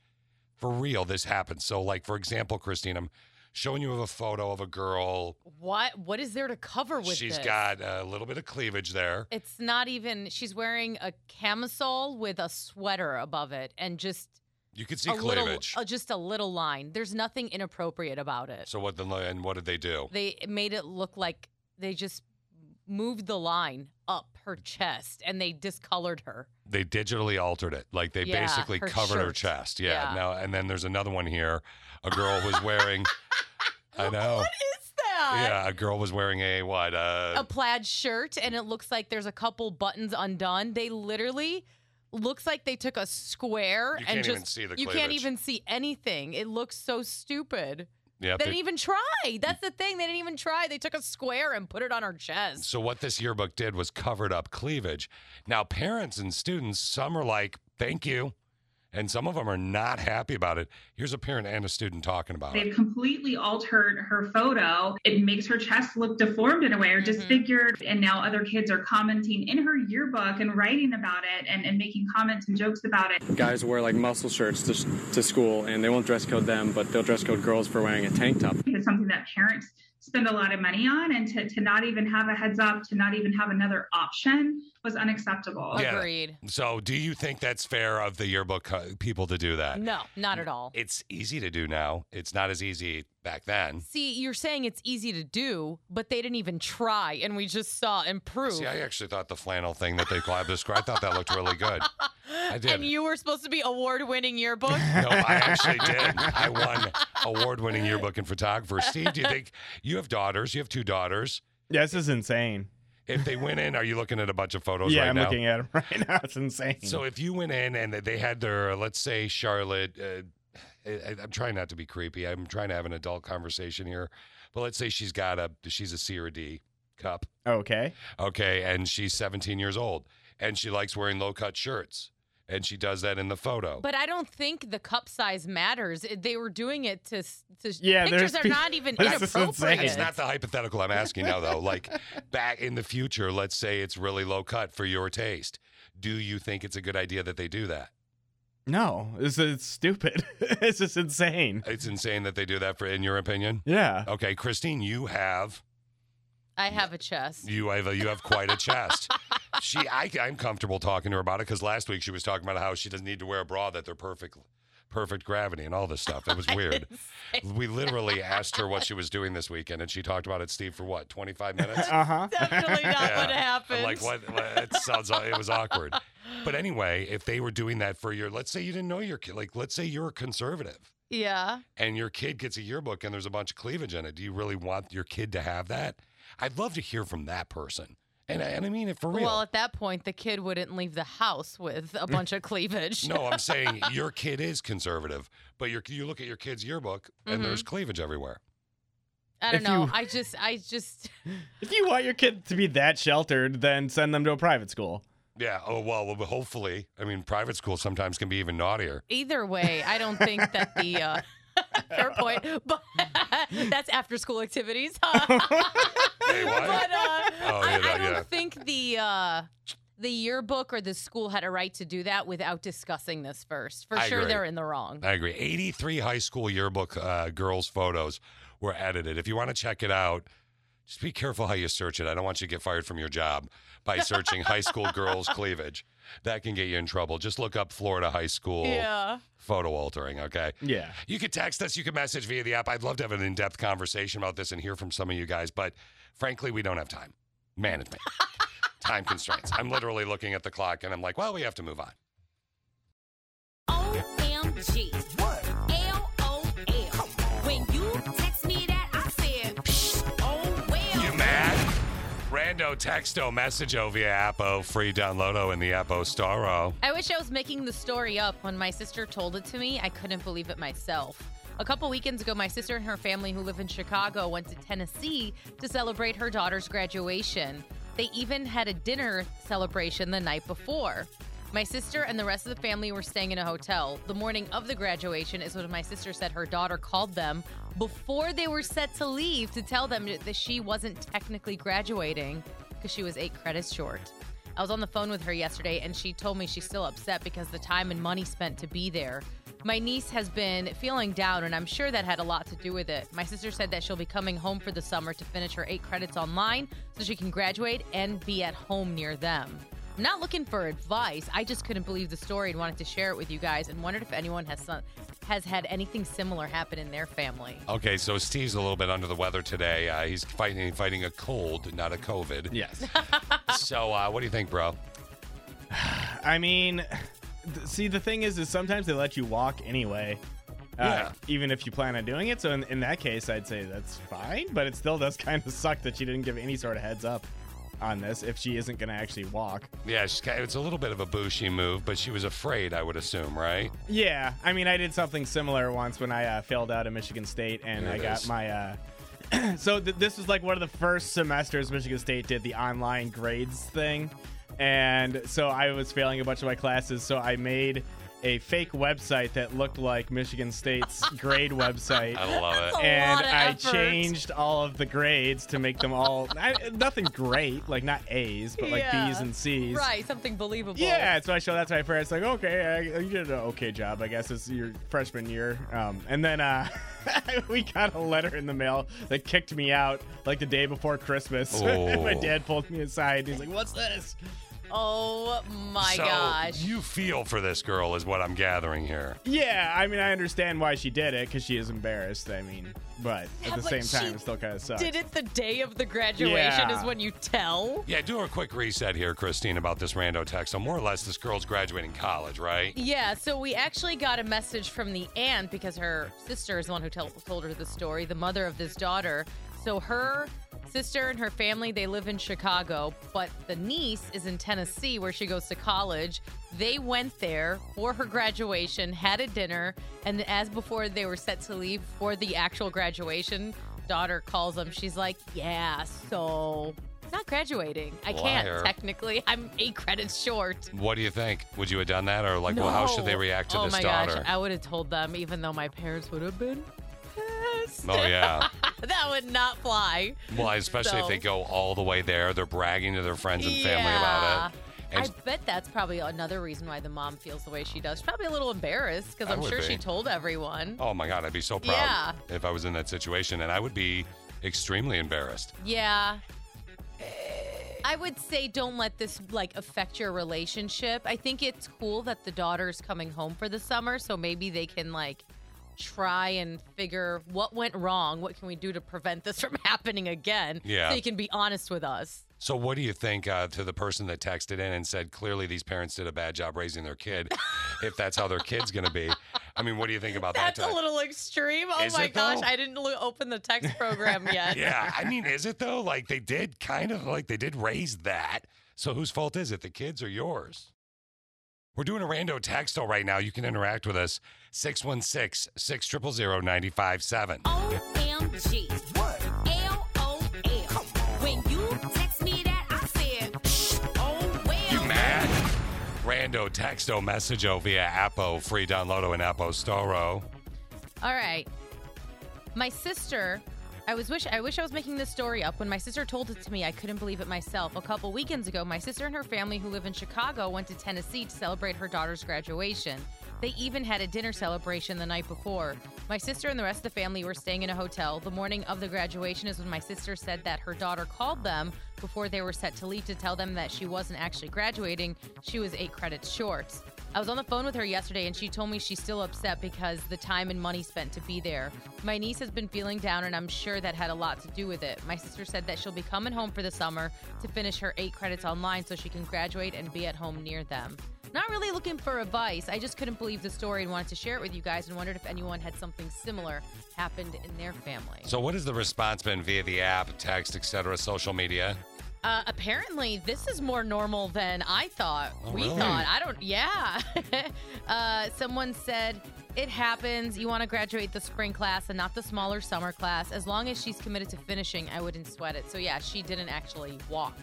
For real, this happens. So, like, for example, Christine, I'm showing you a photo of a girl. What what is there to cover with She's this? got a little bit of cleavage there. It's not even. She's wearing a camisole with a sweater above it, and just You can see a little, cleavage. uh, just a little line. There's nothing inappropriate about it. so, what the, and what did they do? They made it look like they just moved the line up her chest, and they discolored her. They digitally altered it. Like, they Yeah, basically her covered her shirt. chest. Yeah. Yeah. Now, and then there's another one here. A girl was wearing, I know. Is that? Yeah. A girl was wearing a what? Uh, a plaid shirt and it looks like there's a couple buttons undone. They literally looks like they took a square You can't and just even see the you can't cleavage. even see anything. It looks so stupid. yeah. they they- didn't even try. That's the thing. They didn't even try. They took a square and put it on her chest. So what this yearbook did was covered up cleavage. Now parents and students, some are like, "Thank you," and some of them are not happy about it. Here's a parent and a student talking about it. They've completely altered her photo. It makes her chest look deformed in a way Mm-hmm. or disfigured. And now other kids are commenting in her yearbook and writing about it and, and making comments and jokes about it. Guys wear like muscle shirts to, to school, and they won't dress code them, but they'll dress code girls for wearing a tank top. It's something that parents spend a lot of money on, and to, to not even have a heads up, to not even have another option was unacceptable. Yeah. So, do you think that's fair of the yearbook uh, people to do that? No, not at all. It's easy to do now. It's not as easy back then. See, you're saying it's easy to do, but they didn't even try, and we just saw improve. See, I actually thought the flannel thing that they collab this I thought that looked really good. I did. And you were supposed to be award-winning yearbook. No, I actually did. I won award-winning yearbook in photographer. Steve, do you think you have daughters? You have two daughters. Yeah, this is insane. If they went in, are you looking at a bunch of photos yeah, right I'm now? looking at them right now. It's insane. So if you went in and they had their, let's say Charlotte, uh, I, I'm trying not to be creepy. I'm trying to have an adult conversation here, but let's say she's got a she's a C or D cup, okay. okay, and she's 17 years old, and she likes wearing low cut shirts, and she does that in the photo. But I don't think the cup size matters. It- They were doing it to, s- to s- Yeah, pictures there's are pe- not even This is inappropriate. It's not the hypothetical I'm asking now, though. Like back in the future, let's say it's really low cut for your taste. Do you think it's a good idea that they do that? No, it's, it's stupid. it's just insane. It's insane that they do that for, in your opinion. Yeah. Okay, Christine, you have I have a chest. you have a, you have quite a chest. She, I, I'm comfortable talking to her about it because last week she was talking about how she doesn't need to wear a bra that they're perfect, perfect gravity and all this stuff. It was weird. We literally asked her what she was doing this weekend, and she talked about it, Steve, for what 25 minutes. Uh-huh. Definitely not Yeah. what happened. I'm like what? what- It sounds. It was awkward. But anyway, if they were doing that for your, let's say you didn't know your kid, like let's say you're a conservative Yeah. and your kid gets a yearbook and there's a bunch of cleavage in it. Do you really want your kid to have that? I'd love to hear from that person, and I, and I mean it for real. Well, at that point, the kid wouldn't leave the house with a bunch of cleavage. no, I'm saying your kid is conservative, but your, you look at your kid's yearbook and Mhm. there's cleavage everywhere. I don't If know. you- I just, I just. If you want your kid to be that sheltered, then send them to a private school. Yeah. Oh well. well, Hopefully, I mean, private school sometimes can be even naughtier. Either way, I don't think that the. Uh, fair point, but that's after school activities. Hey, what? But uh, Oh, I, yeah, that- I don't yeah. think the uh, the yearbook or the school had a right to do that without discussing this first. For I sure, agree. they're in the wrong. I agree. 83 high school yearbook uh, girls' photos were edited. If you want to check it out, just be careful how you search it. I don't want you to get fired from your job by searching high school girls' cleavage. That can get you in trouble. Just look up Florida high school Yeah. photo altering, okay? Yeah. You could text us, you could message via the app. I'd love to have an in depth conversation about this and hear from some of you guys, but frankly, we don't have time. Management, time constraints. I'm literally looking at the clock and I'm like, well, we have to move on. OMG. What? L O L. When you text me that, I said, Psh, oh well. You mad? Rando, texto, messageo via Appo, oh, free downloado in the oh, Appo Staro. I wish I was making the story up. When my sister told it to me, I couldn't believe it myself. A couple weekends ago, my sister and her family, who live in Chicago, went to Tennessee to celebrate her daughter's graduation. They even had a dinner celebration the night before. My sister and the rest of the family were staying in a hotel. The morning of the graduation is when my sister said her daughter called them before they were set to leave to tell them that she wasn't technically graduating because she was eight credits short. I was on the phone with her yesterday and she told me she's still upset because the time and money spent to be there. My niece has been feeling down and I'm sure that had a lot to do with it. My sister said that she'll be coming home for the summer to finish her eight credits online so she can graduate and be at home near them. I'm not looking for advice. I just couldn't believe the story and wanted to share it with you guys and wondered if anyone has some, has had anything similar happen in their family. Okay, so Steve's a little bit under the weather today. Uh, he's fighting fighting a cold, not a COVID. Yes. so, uh, what do you think, bro? I mean, th- see, the thing is, is sometimes they let you walk anyway, uh, Yeah. even if you plan on doing it. So in, in that case, I'd say that's fine, but it still does kind of suck that she didn't give any sort of heads up on this if she isn't going to actually walk. Yeah, she's kind it's a little bit of a bushy move, but she was afraid, I would assume, right? Yeah, I mean, I did something similar once when I uh, failed out at Michigan State, and There I it got is. my. Uh, so th- this was like one of the first semesters Michigan State did the online grades thing, and so I was failing a bunch of my classes. So I made a fake website that looked like Michigan State's grade website. I love it. That's a Oh and lot of I effort. changed all of the grades to make them all I, nothing great, like not A's, but like Yeah. B's and C's. Right, something believable. Yeah, so I show that to my parents. Like, okay, I, you did an okay job, I guess. It's your freshman year, um, and then uh, we got a letter in the mail that kicked me out like the day before Christmas. Oh. my dad pulled me aside. He's like, "What's this?" Oh my So, gosh. You feel for this girl, is what I'm gathering here. Yeah, I mean, I understand why she did it because she is embarrassed. I mean, but Yeah, at the but same she time, it still kind of sucks. Did it the day of the graduation Yeah. is when you tell? Yeah, do a quick reset here, Christine, about this rando text. So more or less, this girl's graduating college, right? Yeah, so we actually got a message from the aunt because her sister is the one who tell, told her the story, the mother of this daughter. So her sister and her family, they live in Chicago, but the niece is in Tennessee where she goes to college. They went there for her graduation, had a dinner, and as before they were set to leave for the actual graduation, daughter calls them. She's like, "Yeah, so I'm not graduating. I can't Liar. technically. I'm 8 credits short." What do you think? Would you have done that, or like, well, how should they No. react to oh this my daughter? gosh, I would have told them, even though my parents would have been pissed. Oh, yeah. that would not fly. well, especially if So- they go all the way there, they're bragging to their friends and family yeah. about it. And I bet that's probably another reason why the mom feels the way she does. She's probably a little embarrassed because I I'm would sure be. she told everyone. oh my god, I'd be so proud Yeah. if I was in that situation, and I would be extremely embarrassed. Yeah. I would say don't let this like affect your relationship. I think it's cool that the daughter's coming home for the summer, so maybe they can like try and figure what went wrong, what can we do to prevent this from happening again? Yeah. So you can be honest with us. So, what do you think uh, to the person that texted in and said, clearly these parents did a bad job raising their kid, if that's how their kid's going to be? I mean, what do you think about That's that? a text? little extreme. Oh Is my it, gosh, though? I didn't lo- open the text program yet. yeah. I mean, is it though? Like, they did kind of like they did raise that. So, whose fault is it? The kids or yours? We're doing a rando text all right now. You can interact with us 616 600 957. OMG. What? L-O-L. When you text me that, I said, "Shh, oh well. You mad? Rando texto messageo via Appo, free downloado in Appo Storo. All right. My sister, I was wish I wish I was making this story up. When my sister told it to me, I couldn't believe it myself. A couple weekends ago, my sister and her family who live in Chicago went to Tennessee to celebrate her daughter's graduation. They even had a dinner celebration the night before. My sister and the rest of the family were staying in a hotel. The morning of the graduation is when my sister said that her daughter called them before they were set to leave to tell them that she wasn't actually graduating. She was 8 credits short. I was on the phone with her yesterday and she told me she's still upset because the time and money spent to be there. My niece has been feeling down and I'm sure that had a lot to do with it. My sister said that she'll be coming home for the summer to finish her eight credits online so she can graduate and be at home near them. Not really looking for advice. I just couldn't believe the story and wanted to share it with you guys and wondered if anyone had something similar happened in their family. So, what has the response been via the app, text, etc., social media? Uh, apparently, this is more normal than I thought. Oh, we really? thought. I don't. Yeah. uh, someone said it happens. You want to graduate the spring class and not the smaller summer class. As long as she's committed to finishing, I wouldn't sweat it. So yeah, she didn't actually walk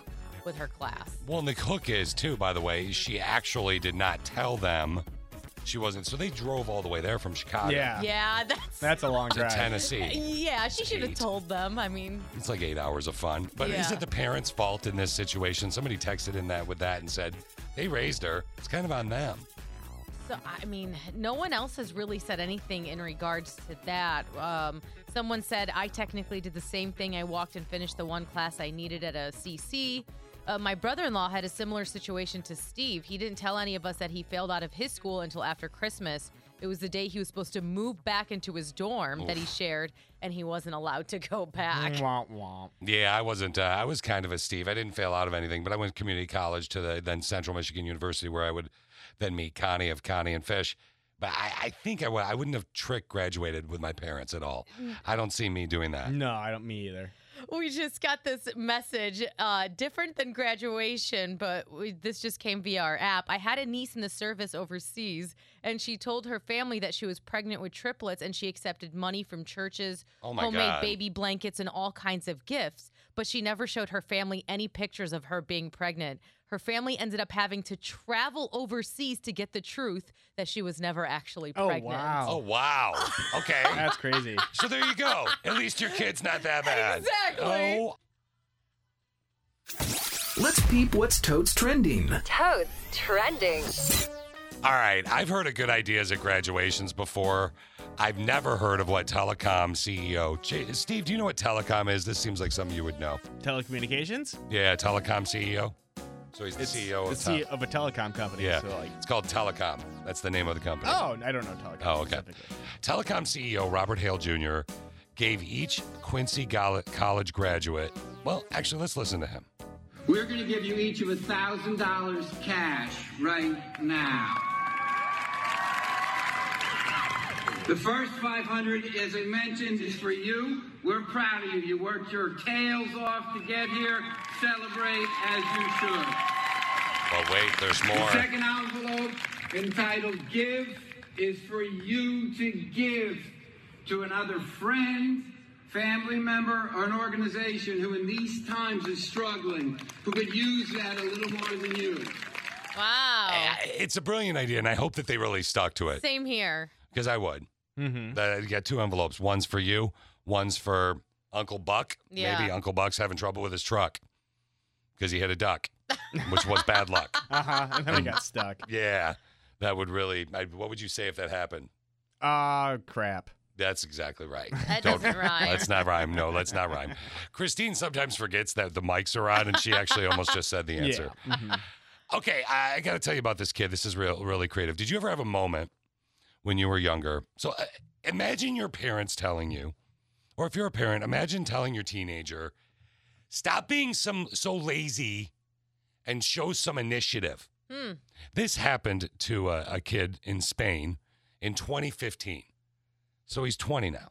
with her class. Well, and the hook is too, by the way, she actually did not tell them she wasn't. So they drove all the way there from Chicago. Yeah. That's. That's a long To drive. Tennessee. Yeah, she should have told them. I mean, It's like eight hours of fun. But is Yeah. it the parents' fault in this situation? Somebody texted in that with that and said, they raised her. It's kind of on them. So I mean, no one else has really said anything in regards to that. Um, someone said I technically did the same thing. I walked and finished the one class I needed at a CC. Uh, my brother-in-law had a similar situation to Steve. He didn't tell any of us that he failed out of his school until after Christmas. It was the day he was supposed to move back into his dorm that he Oof. shared, and he wasn't allowed to go back. Yeah, I wasn't. Uh, I was kind of a Steve. I didn't fail out of anything, but I went to community college to the then Central Michigan University, where I would then meet Connie of Connie and Fish. But I, I think I would. I wouldn't have trick graduated with my parents at all. Mm. I don't see me doing that. No, I don't. Me either. We just got this message, uh, different than graduation, but we, this just came via our app. I had a niece in the service overseas, and she told her family that she was pregnant with triplets, and she accepted money from churches, Oh my homemade God. baby blankets, and all kinds of gifts. But she never showed her family any pictures of her being pregnant. Her family ended up having to travel overseas to get the truth that she was never actually pregnant. Oh wow. Okay. That's crazy. So there you go. At least your kid's not that bad. Exactly. Oh, Let's peep what's totes trending. Toads trending. All right, I've heard of good ideas at graduations before. I've never heard of what telecom CEO. J- Steve, do you know what telecom is? This seems like something you would know. Telecommunications? Yeah, telecom CEO. So he's the CEO The E of CEO tel- of a telecom company. Yeah, So like, it's called Telecom. That's the name of the company. oh, I don't know telecom. Oh, okay. Telecom CEO Robert Hale Jr. gave each Quincy Gall- College graduate. Well, actually, let's listen to him. We're going to give you each of $1,000 cash right now. The first 500, as I mentioned, is for you. We're proud of you. You worked your tails off to get here. Celebrate as you should. But wait, there's The more. second envelope, entitled Give, is for you to give to another friend, family member, or an organization who in these times is struggling, who could use that a little more than you. Wow. It's a brilliant idea, and I hope that they really stuck to it Same here. because I would. Mm-hmm. That you got two envelopes. One's for you. One's for Uncle Buck. Maybe Yeah. Uncle Buck's having trouble with his truck because he hit a duck, which was bad luck. Uh huh. And then I got stuck. Yeah, that would really. I, what would you say if that happened? Oh, crap. That's exactly right. That Don't- doesn't rhyme. Let's not rhyme. No, let's not rhyme. Christine sometimes forgets that the mics are on, and she actually almost just said the Yeah. answer. Mm-hmm. Okay, I, I got to tell you about this kid. This is real, really creative. Did you ever have a moment when you were younger? So uh, imagine your parents telling you, or if you're a parent, imagine telling your teenager, "Stop being some so lazy, and show some initiative." Hmm. This happened to a, a kid in Spain in 2015. So he's 20 now.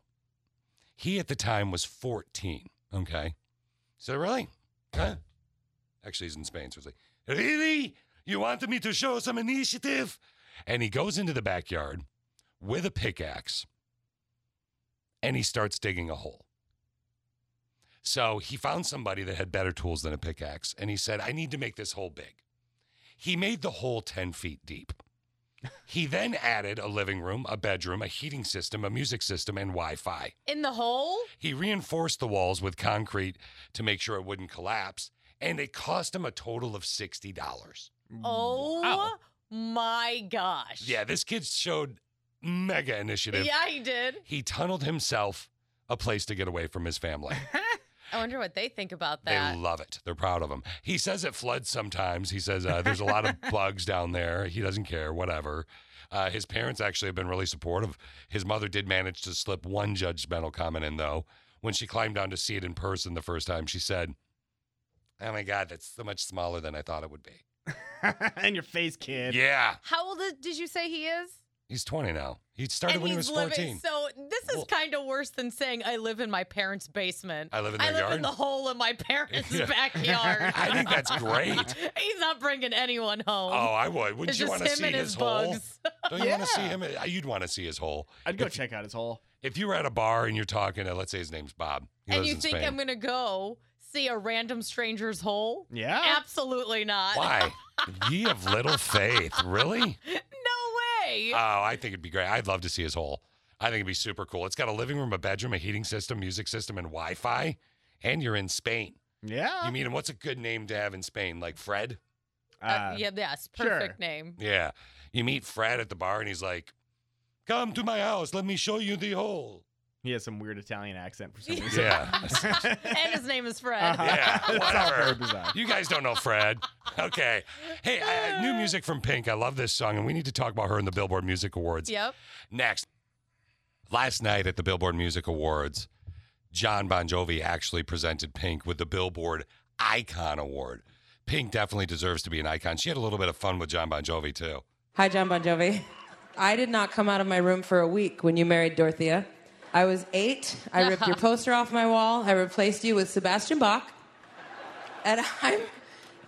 He at the time was 14. Okay. So really? Huh? Actually, he's in Spain. So he's like, really? You wanted me to show some initiative? And he goes into the backyard with a pickaxe and he starts digging a hole. So he found somebody that had better tools than a pickaxe and he said, I need to make this hole big. He made the hole 10 feet deep. He then added a living room, a bedroom, a heating system, a music system, and Wi Fi. In the hole? He reinforced the walls with concrete to make sure it wouldn't collapse, and it cost him a total of $60. Oh my gosh. Yeah, this kid showed mega initiative. Yeah, he did. He tunneled himself a place to get away from his family. I wonder what they think about that. They love it. They're proud of him. He says it floods sometimes. He says uh, there's a lot of bugs down there. He doesn't care, whatever. Uh, his parents actually have been really supportive. His mother did manage to slip one judgmental comment in, though. When she climbed down to see it in person the first time, she said, Oh my God, that's so much smaller than I thought it would be. and your face, kid. Yeah. How old is- did you say he is? He's 20 now. He started and when he was he's 14. living. So this is kind of worse than saying I live in my parents' basement. I live in their I live in yard. the hole in my parents' Yeah. backyard. I think that's great. he's not bringing anyone home. Oh, I would. Wouldn't It's you just want to him see and his, his hole? bugs. Don't you want to see Yeah. him? Uh, You'd want to see his hole. I'd go If- check out his hole. If you were at a bar and you're talking to, let's say his name's Bob, he and lives you in think Spain. I'm gonna go see a random stranger's hole? Yeah. Absolutely not. Why? Ye of little faith, really? no way. Oh, I think it'd be great. I'd love to see his hole. I think it'd be super cool. It's got a living room, a bedroom, a heating system, music system, and Wi-Fi. And you're in Spain. Yeah. You mean what's a good name to have in Spain? Like Fred? Uh, yeah, yes, perfect name. Yeah. You meet Fred at the bar and he's like, Come to my house. Let me show you the hole. He has some weird Italian accent for some Yeah. reason. Yeah. and his name is Fred. Yeah, It's all very whatever. You guys don't know Fred. Okay. Hey, uh, new music from Pink. I love this song, and we need to talk about her in the Billboard Music Awards. Yep. Next. Last night at the Billboard Music Awards, John Bon Jovi actually presented Pink with the Billboard Icon Award. Pink definitely deserves to be an icon. She had a little bit of fun with John Bon Jovi, too. Hi, John Bon Jovi. I did not come out of my room for a week when you married Dorothea. I was eight. I ripped your poster off my wall. I replaced you with Sebastian Bach. And I'm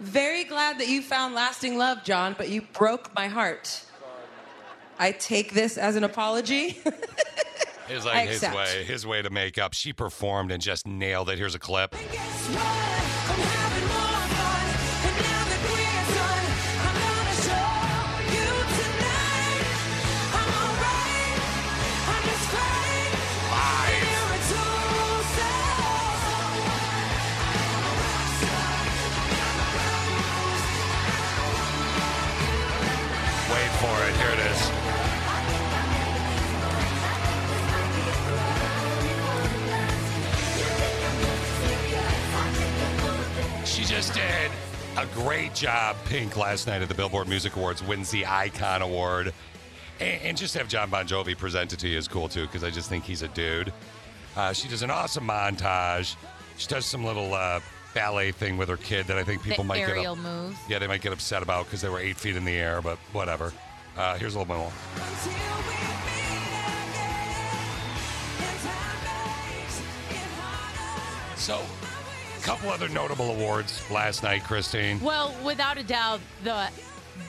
very glad that you found lasting love, John, but you broke my heart. I take this as an apology. It was I like his accept. way, his way to make up. She performed and just nailed it. Here's a clip. Now the queer just did a great job, Pink, last night at the Billboard Music Awards, wins the Icon Award. And, and just to have John Bon Jovi present it to you is cool, too, because I just think he's a dude. Uh, she does an awesome montage. She does some little uh, ballet thing with her kid that I think people the might get aerial up. moves. Yeah, they might get upset about because they were eight feet in the air, but whatever. Uh, here's a little bit more. So, a couple other notable awards last night, Christine. Well, without a doubt, the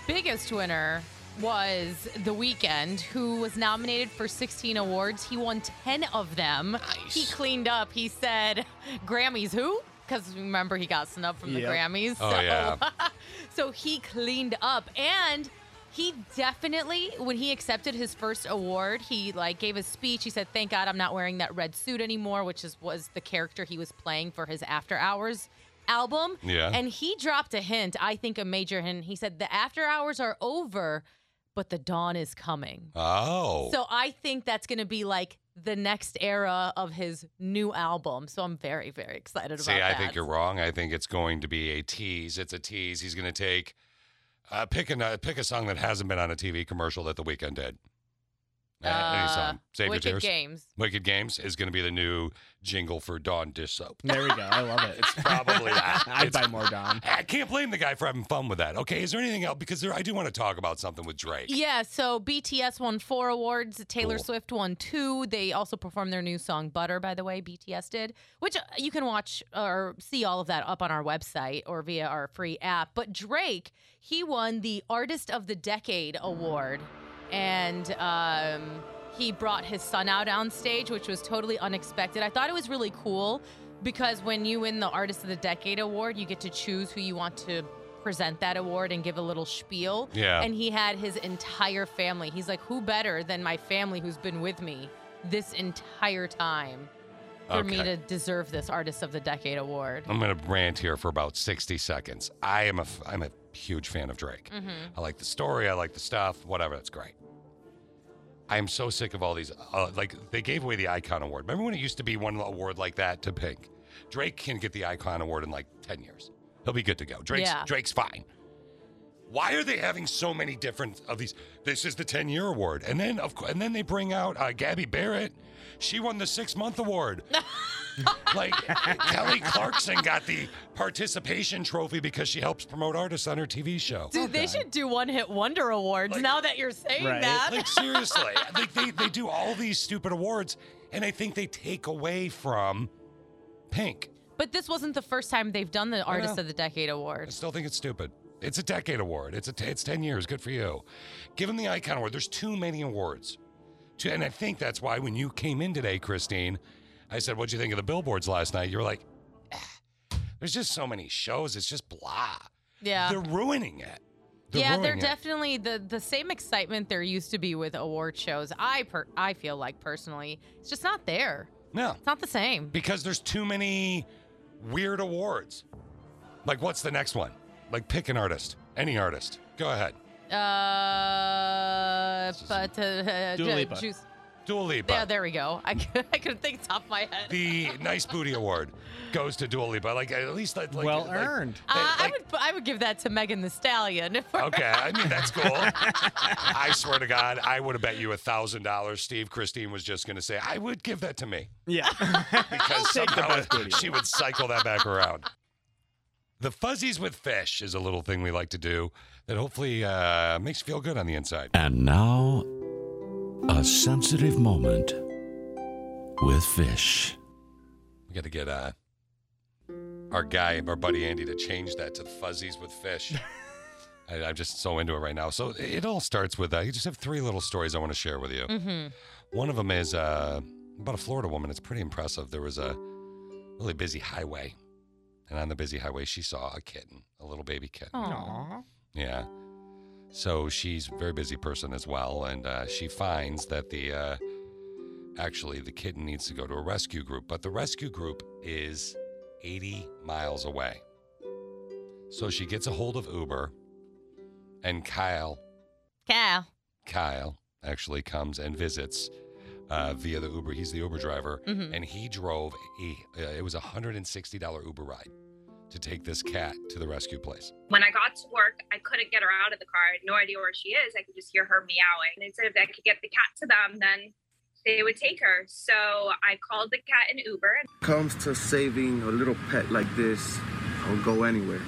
biggest winner was The Weeknd, who was nominated for 16 awards. He won 10 of them. He cleaned up. He said, Grammys, who? Because remember, he got snubbed from the Yep. Grammys. Oh, so- yeah. so he cleaned up and he definitely when he accepted his first award he like gave a speech he said thank god i'm not wearing that red suit anymore which is was the character he was playing for his after hours album Yeah. and he dropped a hint i think a major hint he said the after hours are over but the dawn is coming Oh. so i think that's going to be like the next era of his new album so i'm very very excited See, about I that think you're wrong. I think it's going to be a tease. It's a tease. He's going to take uh, pick a uh, pick a song that hasn't been on a TV commercial that The Weeknd did. Uh, any Uh, song. Save Wicked your tears. Games. Wicked Games is going to be the new jingle for Dawn Dish Soap. There we go. I love it. It's probably I'd it's- buy more Dawn. I can't blame the guy for having fun with that. Okay, is there anything else? Because there, I do want to talk about something with Drake. Yeah, so BTS won four awards. Taylor Cool. Swift won two. They also performed their new song "Butter," by the way. BTS did, which uh, you can watch or see all of that up on our website or via our free app. But Drake, he won the Artist of the Decade award, and um, he brought his son out on stage, which was totally unexpected. I thought it was really cool because when you win the Artist of the Decade award, you get to choose who you want to present that award and give a little spiel. Yeah. And he had his entire family. He's like, who better than my family who's been with me this entire time for me Okay. Oh, to deserve this Artist of the Decade award? I'm going to rant here for about 60 seconds. I am a f- I'm a huge fan of Drake. Mhm. I like the story. I like the stuff. Whatever. That's great. I am so sick of all these. Uh, like they gave away the Icon Award. Remember when it used to be one award like that to Pink? Drake can get the Icon Award in like 10 years. He'll be good to go. Drake's Yeah. Drake's fine. Why are they having so many different of these? This is the 10 year award, and then of course, and then they bring out uh, Gabby Barrett. She won the six month award. like Kelly Clarkson got the participation trophy because she helps promote artists on her TV show. Dude, they should do one hit wonder awards now that you're saying that. Like seriously, like they, they do all these stupid awards, and I think they take away from Pink. but this wasn't the first time they've done the Artist know. of the Decade award. I still think it's stupid. It's a decade award. It's a t- it's ten years. Good for you. Give them the icon award. There's too many awards, Too- and I think that's why when you came in today, Christine, I said, "What'd you think of the billboards last night?" You were like, "Eh, "There's just so many shows. It's just blah. Yeah. They're ruining it." They're yeah, they're ruining it. definitely the the same excitement there used to be with award shows. I per, I feel like personally, it's just not there. No. It's not the same. because there's too many weird awards. Like, what's the next one? Like, pick an artist, any artist. Go ahead. Uh, but uh, Dua ju- Lipa. juice. Dua Lipa. Yeah, there we go. I could, I couldn't think top of my head. The Nice Booty Award goes to Dua Lipa. Like, at least like, like Well like- earned. Uh, I would I would give that to Megan the Stallion. if we're- Okay, I mean that's cool. I swear to God, I would have bet you a thousand dollars. Steve Christine was just going to say, "I would give that to me." Yeah. because Take the somehow best booty. she would cycle that back around. The fuzzies with fish is a little thing we like to do that hopefully uh, makes you feel good on the inside. And now, a sensitive moment with fish. We got to get uh, our guy, our buddy Andy, to change that to the fuzzies with fish. I, I'm just so into it right now. So it all starts with uh, you just have three little stories I want to share with you. Mhm. One of them is uh, about a Florida woman. It's pretty impressive. There was a really busy highway, and on the busy highway, she saw a kitten, a little baby kitten. Aw. Yeah. So she's a very busy person as well, and uh, she finds that the uh, actually the kitten needs to go to a rescue group, but the rescue group is 80 miles away. So she gets a hold of Uber, and Kyle Cal. Kyle actually comes and visits uh, via the Uber. He's the Uber driver, Mhm. and he drove. A, uh, it was a hundred and sixty dollar Uber ride to take this cat to the rescue place. When I got to work, I couldn't get her out of the car. I had no idea where she is. I could just hear her meowing. And instead of I could get the cat to them, then they would take her. So I called the cat an Uber. comes to saving a little pet like this, I'll go anywhere.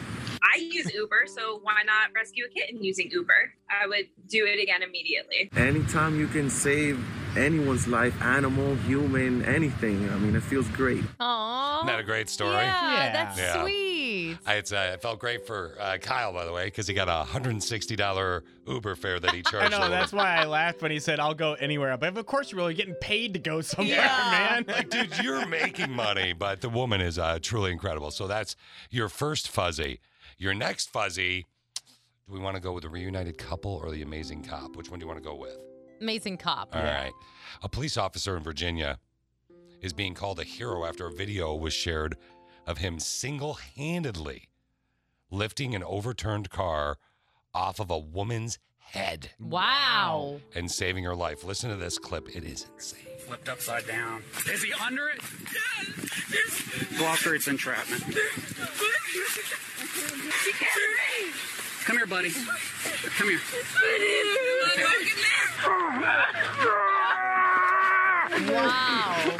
I use Uber, so why not rescue a kitten using Uber? I would do it again immediately. Anytime you can save anyone's life, animal, human, anything, I mean, it feels great. Aww. Isn't that a great story? Yeah, that's Yeah. sweet. I- It's, uh, it felt great for uh, Kyle, by the way, because he got a $160 Uber fare that he I charged. know the- that's why I laughed when he said, "I'll go anywhere." But of course, you are getting paid to go somewhere, man. Like, dude, you're making money, but the woman is uh, truly incredible. So that's your first fuzzy. Your next fuzzy, do we want to go with the reunited couple or the amazing cop? Which one do you want to go with? Amazing cop. All right. A police officer in Virginia is being called a hero after a video was shared of him single handedly lifting an overturned car off of a woman's head Wow. and saving her life. Listen to this clip. It is insane. Flipped upside down. Is he under it? Blocker, it's entrapment. Come here, buddy. Come here. Wow. Oh,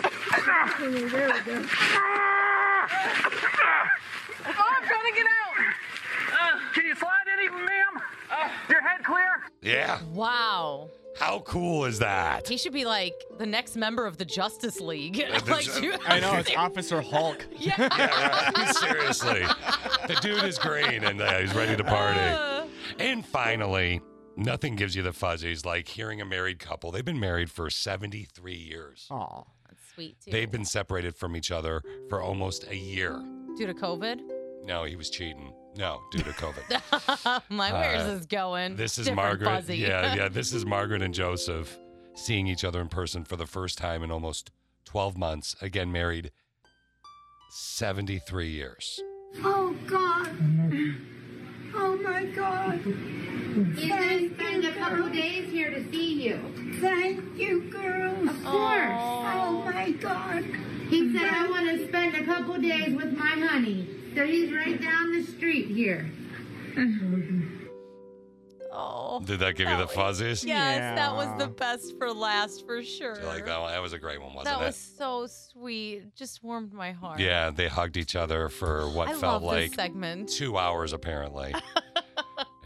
I'm trying to get out. can you slide any, ma'am? Uh, your head clear? Yeah. Wow. How cool is that? He should be like the next member of the Justice League. the like, Ju- dude, I know it's Officer Hulk. Seriously. The dude is green and uh, he's ready to party. And finally, nothing gives you the fuzzies like hearing a married couple. They've been married for 73 years. Aw, that's sweet too. They've been separated from each other for almost a year. due to COVID. No, he was cheating. No, due to COVID. Oh My where's Uh, this going? this is Different Margaret. Fuzzy. Yeah, yeah. This is Margaret and Joseph seeing each other in person for the first time in almost 12 months. Again, married 73 years. Oh, God. Oh, my God. You guys spend a couple days here to see you. Thank you, girls. Of course. Oh, my God. He said, I want to spend a couple days with my honey. So he's right down the street here. Oh. Did that give you the fuzzies? Yes, that was the best for last for sure. Do you like that one? That was a great one, wasn't that it? was so sweet. It Just warmed my heart. Yeah, they hugged each other for what I felt love like this segment. two hours, apparently.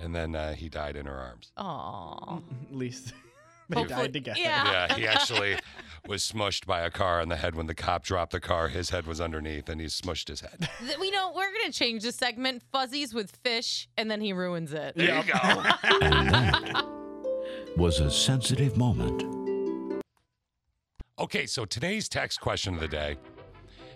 and then uh, he died in her arms. Aw. At least they Hopefully- died together. Yeah. he actually was smushed by a car on the head when the cop dropped the car. His head was underneath, and he smushed his head. Th- We know we're gonna change the segment fuzzies with fish, and then he ruins it. There you go. Was a sensitive moment. Okay, so today's text question of the day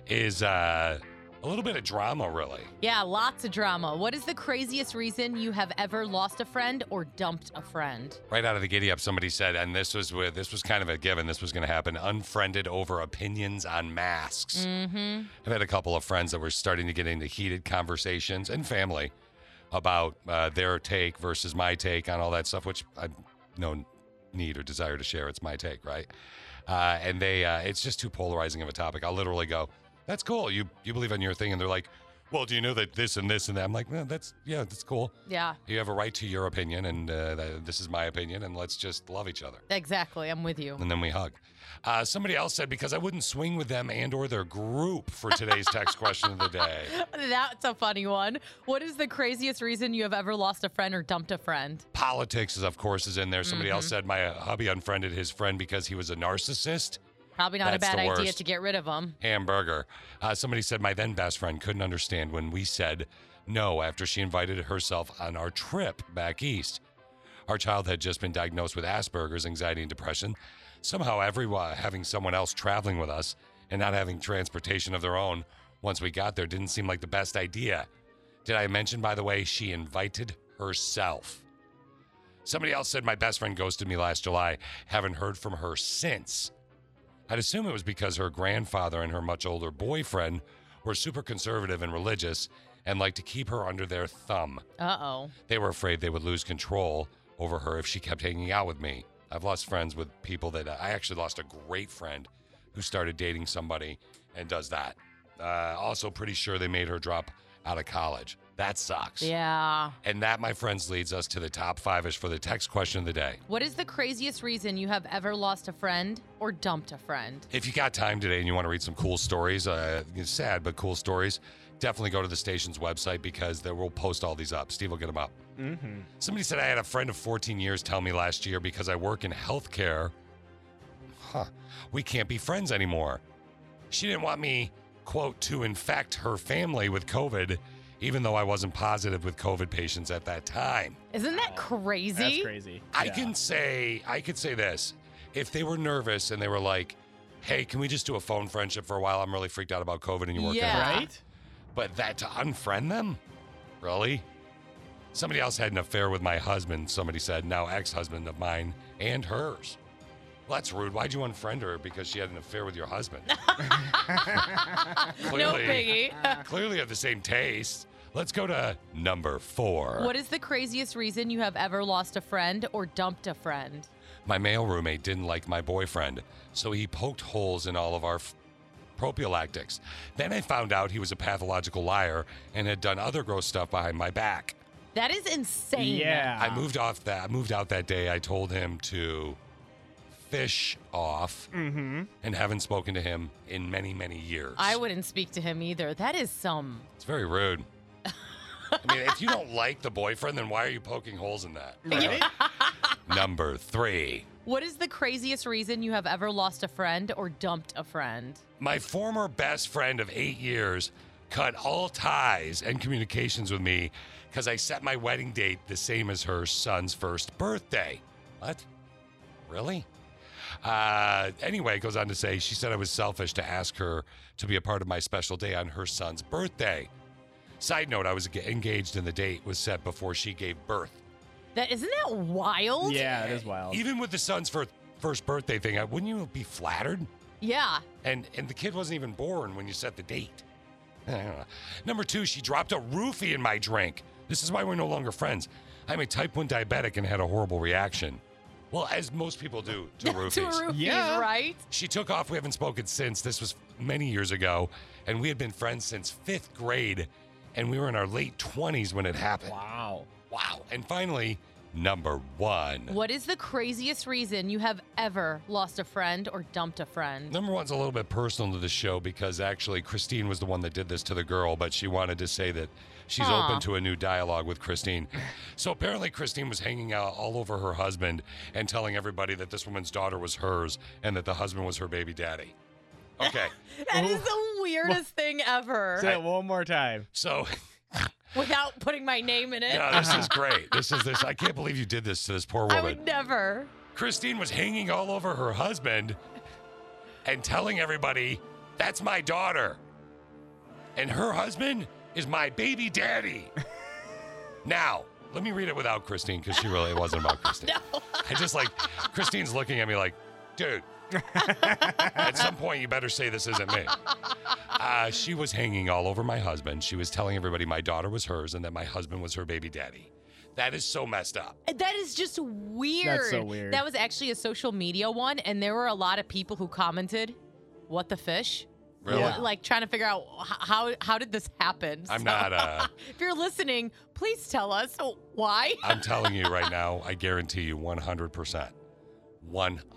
is uh, a little bit of drama, really. Yeah, lots of drama. What is the craziest reason you have ever lost a friend or dumped a friend? Right out of the giddy up, somebody said, and this was with this was kind of a given. This was going to happen. Unfriended over opinions on masks. Mm-hmm. I've had a couple of friends that were starting to get into heated conversations and family about uh, their take versus my take on all that stuff, which I have no need or desire to share. It's my take, right? Uh, and they, uh, it's just too polarizing of a topic. I'll literally go, "That's cool. You you believe in your thing," and they're like, "Well, do you know that this and this and that?" I'm like, "No, that's yeah, that's cool. Yeah, You have a right to your opinion, and uh, th- this is my opinion, and let's just love each other." exactly. I'm with you. and then we hug. Uh, somebody else said because I wouldn't swing with them and or their group for today's text question of the day. That's a funny one. What is the craziest reason you have ever lost a friend or dumped a friend? Politics is of course is in there. Somebody else Mhm. said my hubby unfriended his friend because he was a narcissist. Probably not That's a the bad idea worst. to get rid of them. Hamburger. Uh, somebody said my then best friend couldn't understand when we said no after she invited herself on our trip back east. Our child had just been diagnosed with Asperger's, anxiety, and depression. Somehow, everyone having someone else traveling with us and not having transportation of their own once we got there didn't seem like the best idea. Did I mention, by the way, she invited herself? Somebody else said my best friend ghosted me last July. Haven't heard from her since. I'd assume it was because her grandfather and her much older boyfriend were super conservative and religious and liked to keep her under their thumb. Uh oh. They were afraid they would lose control over her if she kept hanging out with me. I've lost friends with people that uh, I actually lost a great friend who started dating somebody and does that. Uh, also, pretty sure they made her drop out of college. That sucks. Yeah. And that, my friends, leads us to the top five ish for the text question of the day. What is the craziest reason you have ever lost a friend or dumped a friend? If you got time today and you want to read some cool stories, uh, sad but cool stories, definitely go to the station's website because they will post all these up. Steve will get them up. Mm-hmm. Somebody said I had a friend of 14 years tell me last year because I work in healthcare, huh, we can't be friends anymore. She didn't want me, quote, to infect her family with COVID, even though I wasn't positive with COVID patients at that time. Isn't that crazy? That's crazy. I Yeah. can say I could say this. If they were nervous and they were like, "Hey, can we just do a phone friendship for a while? I'm really freaked out about COVID and you work Yeah. at Right? But that to unfriend them, really? Somebody else had an affair with my husband. Somebody said now ex-husband of mine and hers. Well, that's rude. Why'd you unfriend her because she had an affair with your husband? No biggie. clearly have the same taste. Let's go to number four. What is the craziest reason you have ever lost a friend or dumped a friend? My male roommate didn't like my boyfriend, so he poked holes in all of our f- prophylactics. Then I found out he was a pathological liar and had done other gross stuff behind my back. That is insane. Ah. I moved off that I moved out that day. I told him to fish off Mhm. and haven't spoken to him in many, many years. I wouldn't speak to him either. That is some. it's very rude. I mean, if you don't like the boyfriend, then why are you poking holes in that? Number three. What is the craziest reason you have ever lost a friend or dumped a friend? My former best friend of eight years cut all ties and communications with me because I set my wedding date the same as her son's first birthday. What? Really? Uh, anyway, it goes on to say she said I was selfish to ask her to be a part of my special day on her son's birthday. Side note, I was ge- engaged and the date was set before she gave birth. That isn't that wild? Yeah, it is wild. Even with the son's fir- first birthday thing, I- wouldn't you be flattered? Yeah. And and the kid wasn't even born when you set the date. I don't know. Number two, she dropped a roofie in my drink. This is why we're no longer friends. I'm a type 1 diabetic and had a horrible reaction. Well, as most people do to roofies. roofies, Yeah. right? She took off. We haven't spoken since. This was many years ago. And we had been friends since fifth grade. And we were in our late 20s when it happened. Wow. Wow. And finally, number one. What is the craziest reason you have ever lost a friend or dumped a friend? Number one's a little bit personal to the show because actually Christine was the one that did this to the girl, but she wanted to say that she's Aw. open to a new dialogue with Christine. So apparently, Christine was hanging out all over her husband and telling everybody that this woman's daughter was hers and that the husband was her baby daddy. Okay. Oh. That is the weirdest thing ever. Say it one more time. So, Without putting my name in it. yeah, this is great. This is this. I can't believe you did this to this poor woman. I would never. Christine was hanging all over her husband and telling everybody, that's my daughter. And her husband is my baby daddy. now, let me read it without Christine because she really it wasn't about Christine. I just like, Christine's looking at me like, dude, at some point you better say this isn't me. Uh, she was hanging all over my husband. She was telling everybody my daughter was hers and that my husband was her baby daddy. That is so messed up. That is just weird. weird. That was actually a social media one, and there were a lot of people who commented, "What the fish?" Really? What- Like trying to figure out h- how how did this happen? I'm So, not. Uh, If you're listening, please tell us why. I'm telling you right now, I guarantee you 100%.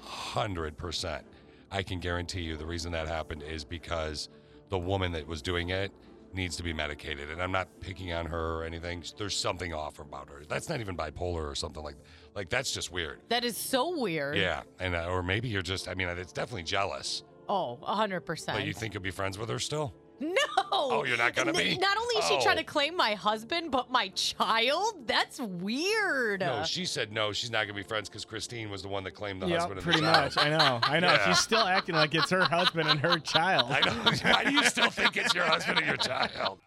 100%. I can guarantee you the reason that happened is because the woman that was doing it needs to be medicated. And I'm not picking on her or anything. There's something off about her. That's not even bipolar or something like Like, that's just weird. that is so weird. Yeah. And, uh, or maybe you're just, I mean, it's definitely jealous. Oh, hundred percent. But you think you'll be friends with her still? no. Oh, you're not gonna be? Not only is she trying Oh. to claim my husband, but my child. That's weird. No, she said no, she's not going to be friends because Christine was the one that claimed the Yeah, husband. and the pretty child. much. I know. I know. Yeah. She's still acting like it's her husband and her child. I know. Why do you still think it's your husband and your child?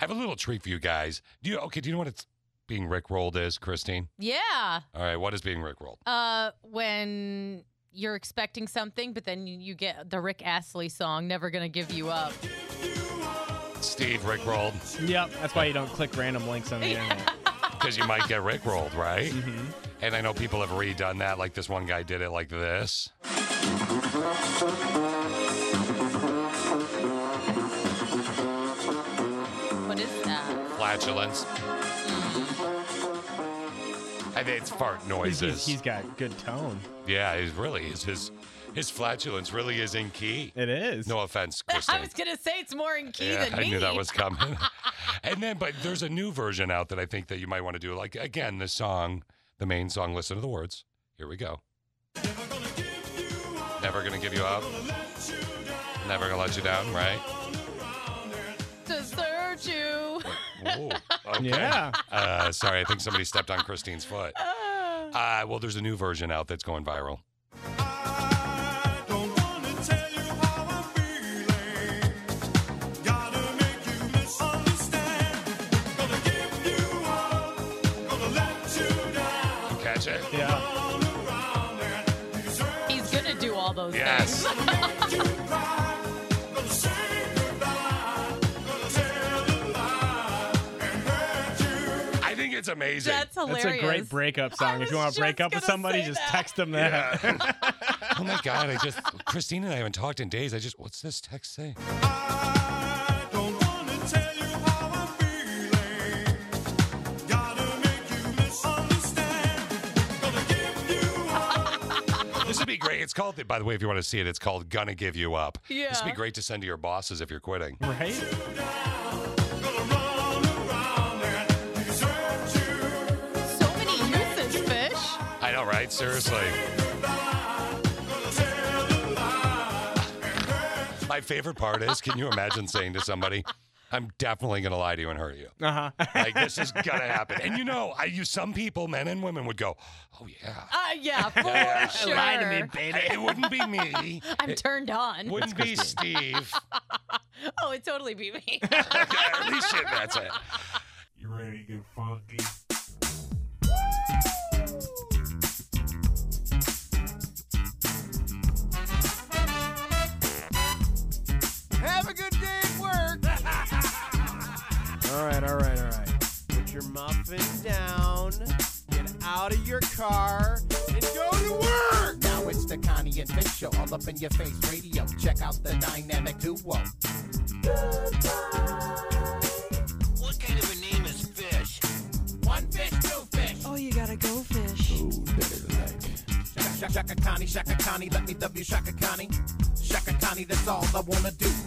I have a little treat for you guys. Do you okay? Do you know what it's being rickrolled is, Christine? yeah. All right, what is being rickrolled? Uh, when you're expecting something, but then you, you get the Rick Astley song "Never Gonna Give You Up." Steve rickrolled Yep. That's why you don't click random links on the internet. Mm-hmm. because you might get rickrolled, right? And I know people have redone that. Like this one guy did it like this. What flatulence. I think it's fart noises. he's got good tone. yeah, he's really is his his flatulence really is in key. It is. No offense, I Kristen. was gonna say it's more in key yeah, than I me. knew that was coming. and then, but there's a new version out that I think that you might want to do. Like again, the song, the main song. Listen to the words. Here we go. Never gonna give you up. Never gonna let you down. Right. to search you. Ooh, okay. Yeah. Uh, sorry, I think somebody stepped on Christine's foot. Ah. Uh, well, there's a new version out that's going viral. Catch it? Yeah. He's gonna do all those Yes. things. I think it's amazing. That's That's a great breakup song. If you want to break up with somebody, just text them that. oh my God, I just, Christine and I haven't talked in days. I just, what's this text say? This would be great. It's called, by the way, if you want to see it, it's called Gonna Give You Up. This would be Yeah. great to send to your bosses if you're quitting. Right? so many uses, fish. Uh, I know, right? Seriously. My favorite part is can you imagine saying to somebody, I'm definitely going to lie to you and hurt you? Uh huh. Like, this is going to happen. And you know, I, you, some people, men and women, would go, Oh, yeah. Uh, yeah, for Yeah. sure. Lie to me, baby. It wouldn't be me. I'm It turned on. Wouldn't be Steve. Oh, it'd totally be me. At least shit, that's it. You ready to get funky? Have a good day at work. all right, all right, all right. Put your muffin down, get out of your car, and go to work. Now it's the Connie and Big Show, all up in your face radio. Check out the dynamic duo. What kind of a name is fish? One fish, two fish. Oh, you gotta go fish. Shaka Shaka Connie, Shaka Connie, let me W Shaka Connie. Shaka Connie, that's all I wanna do.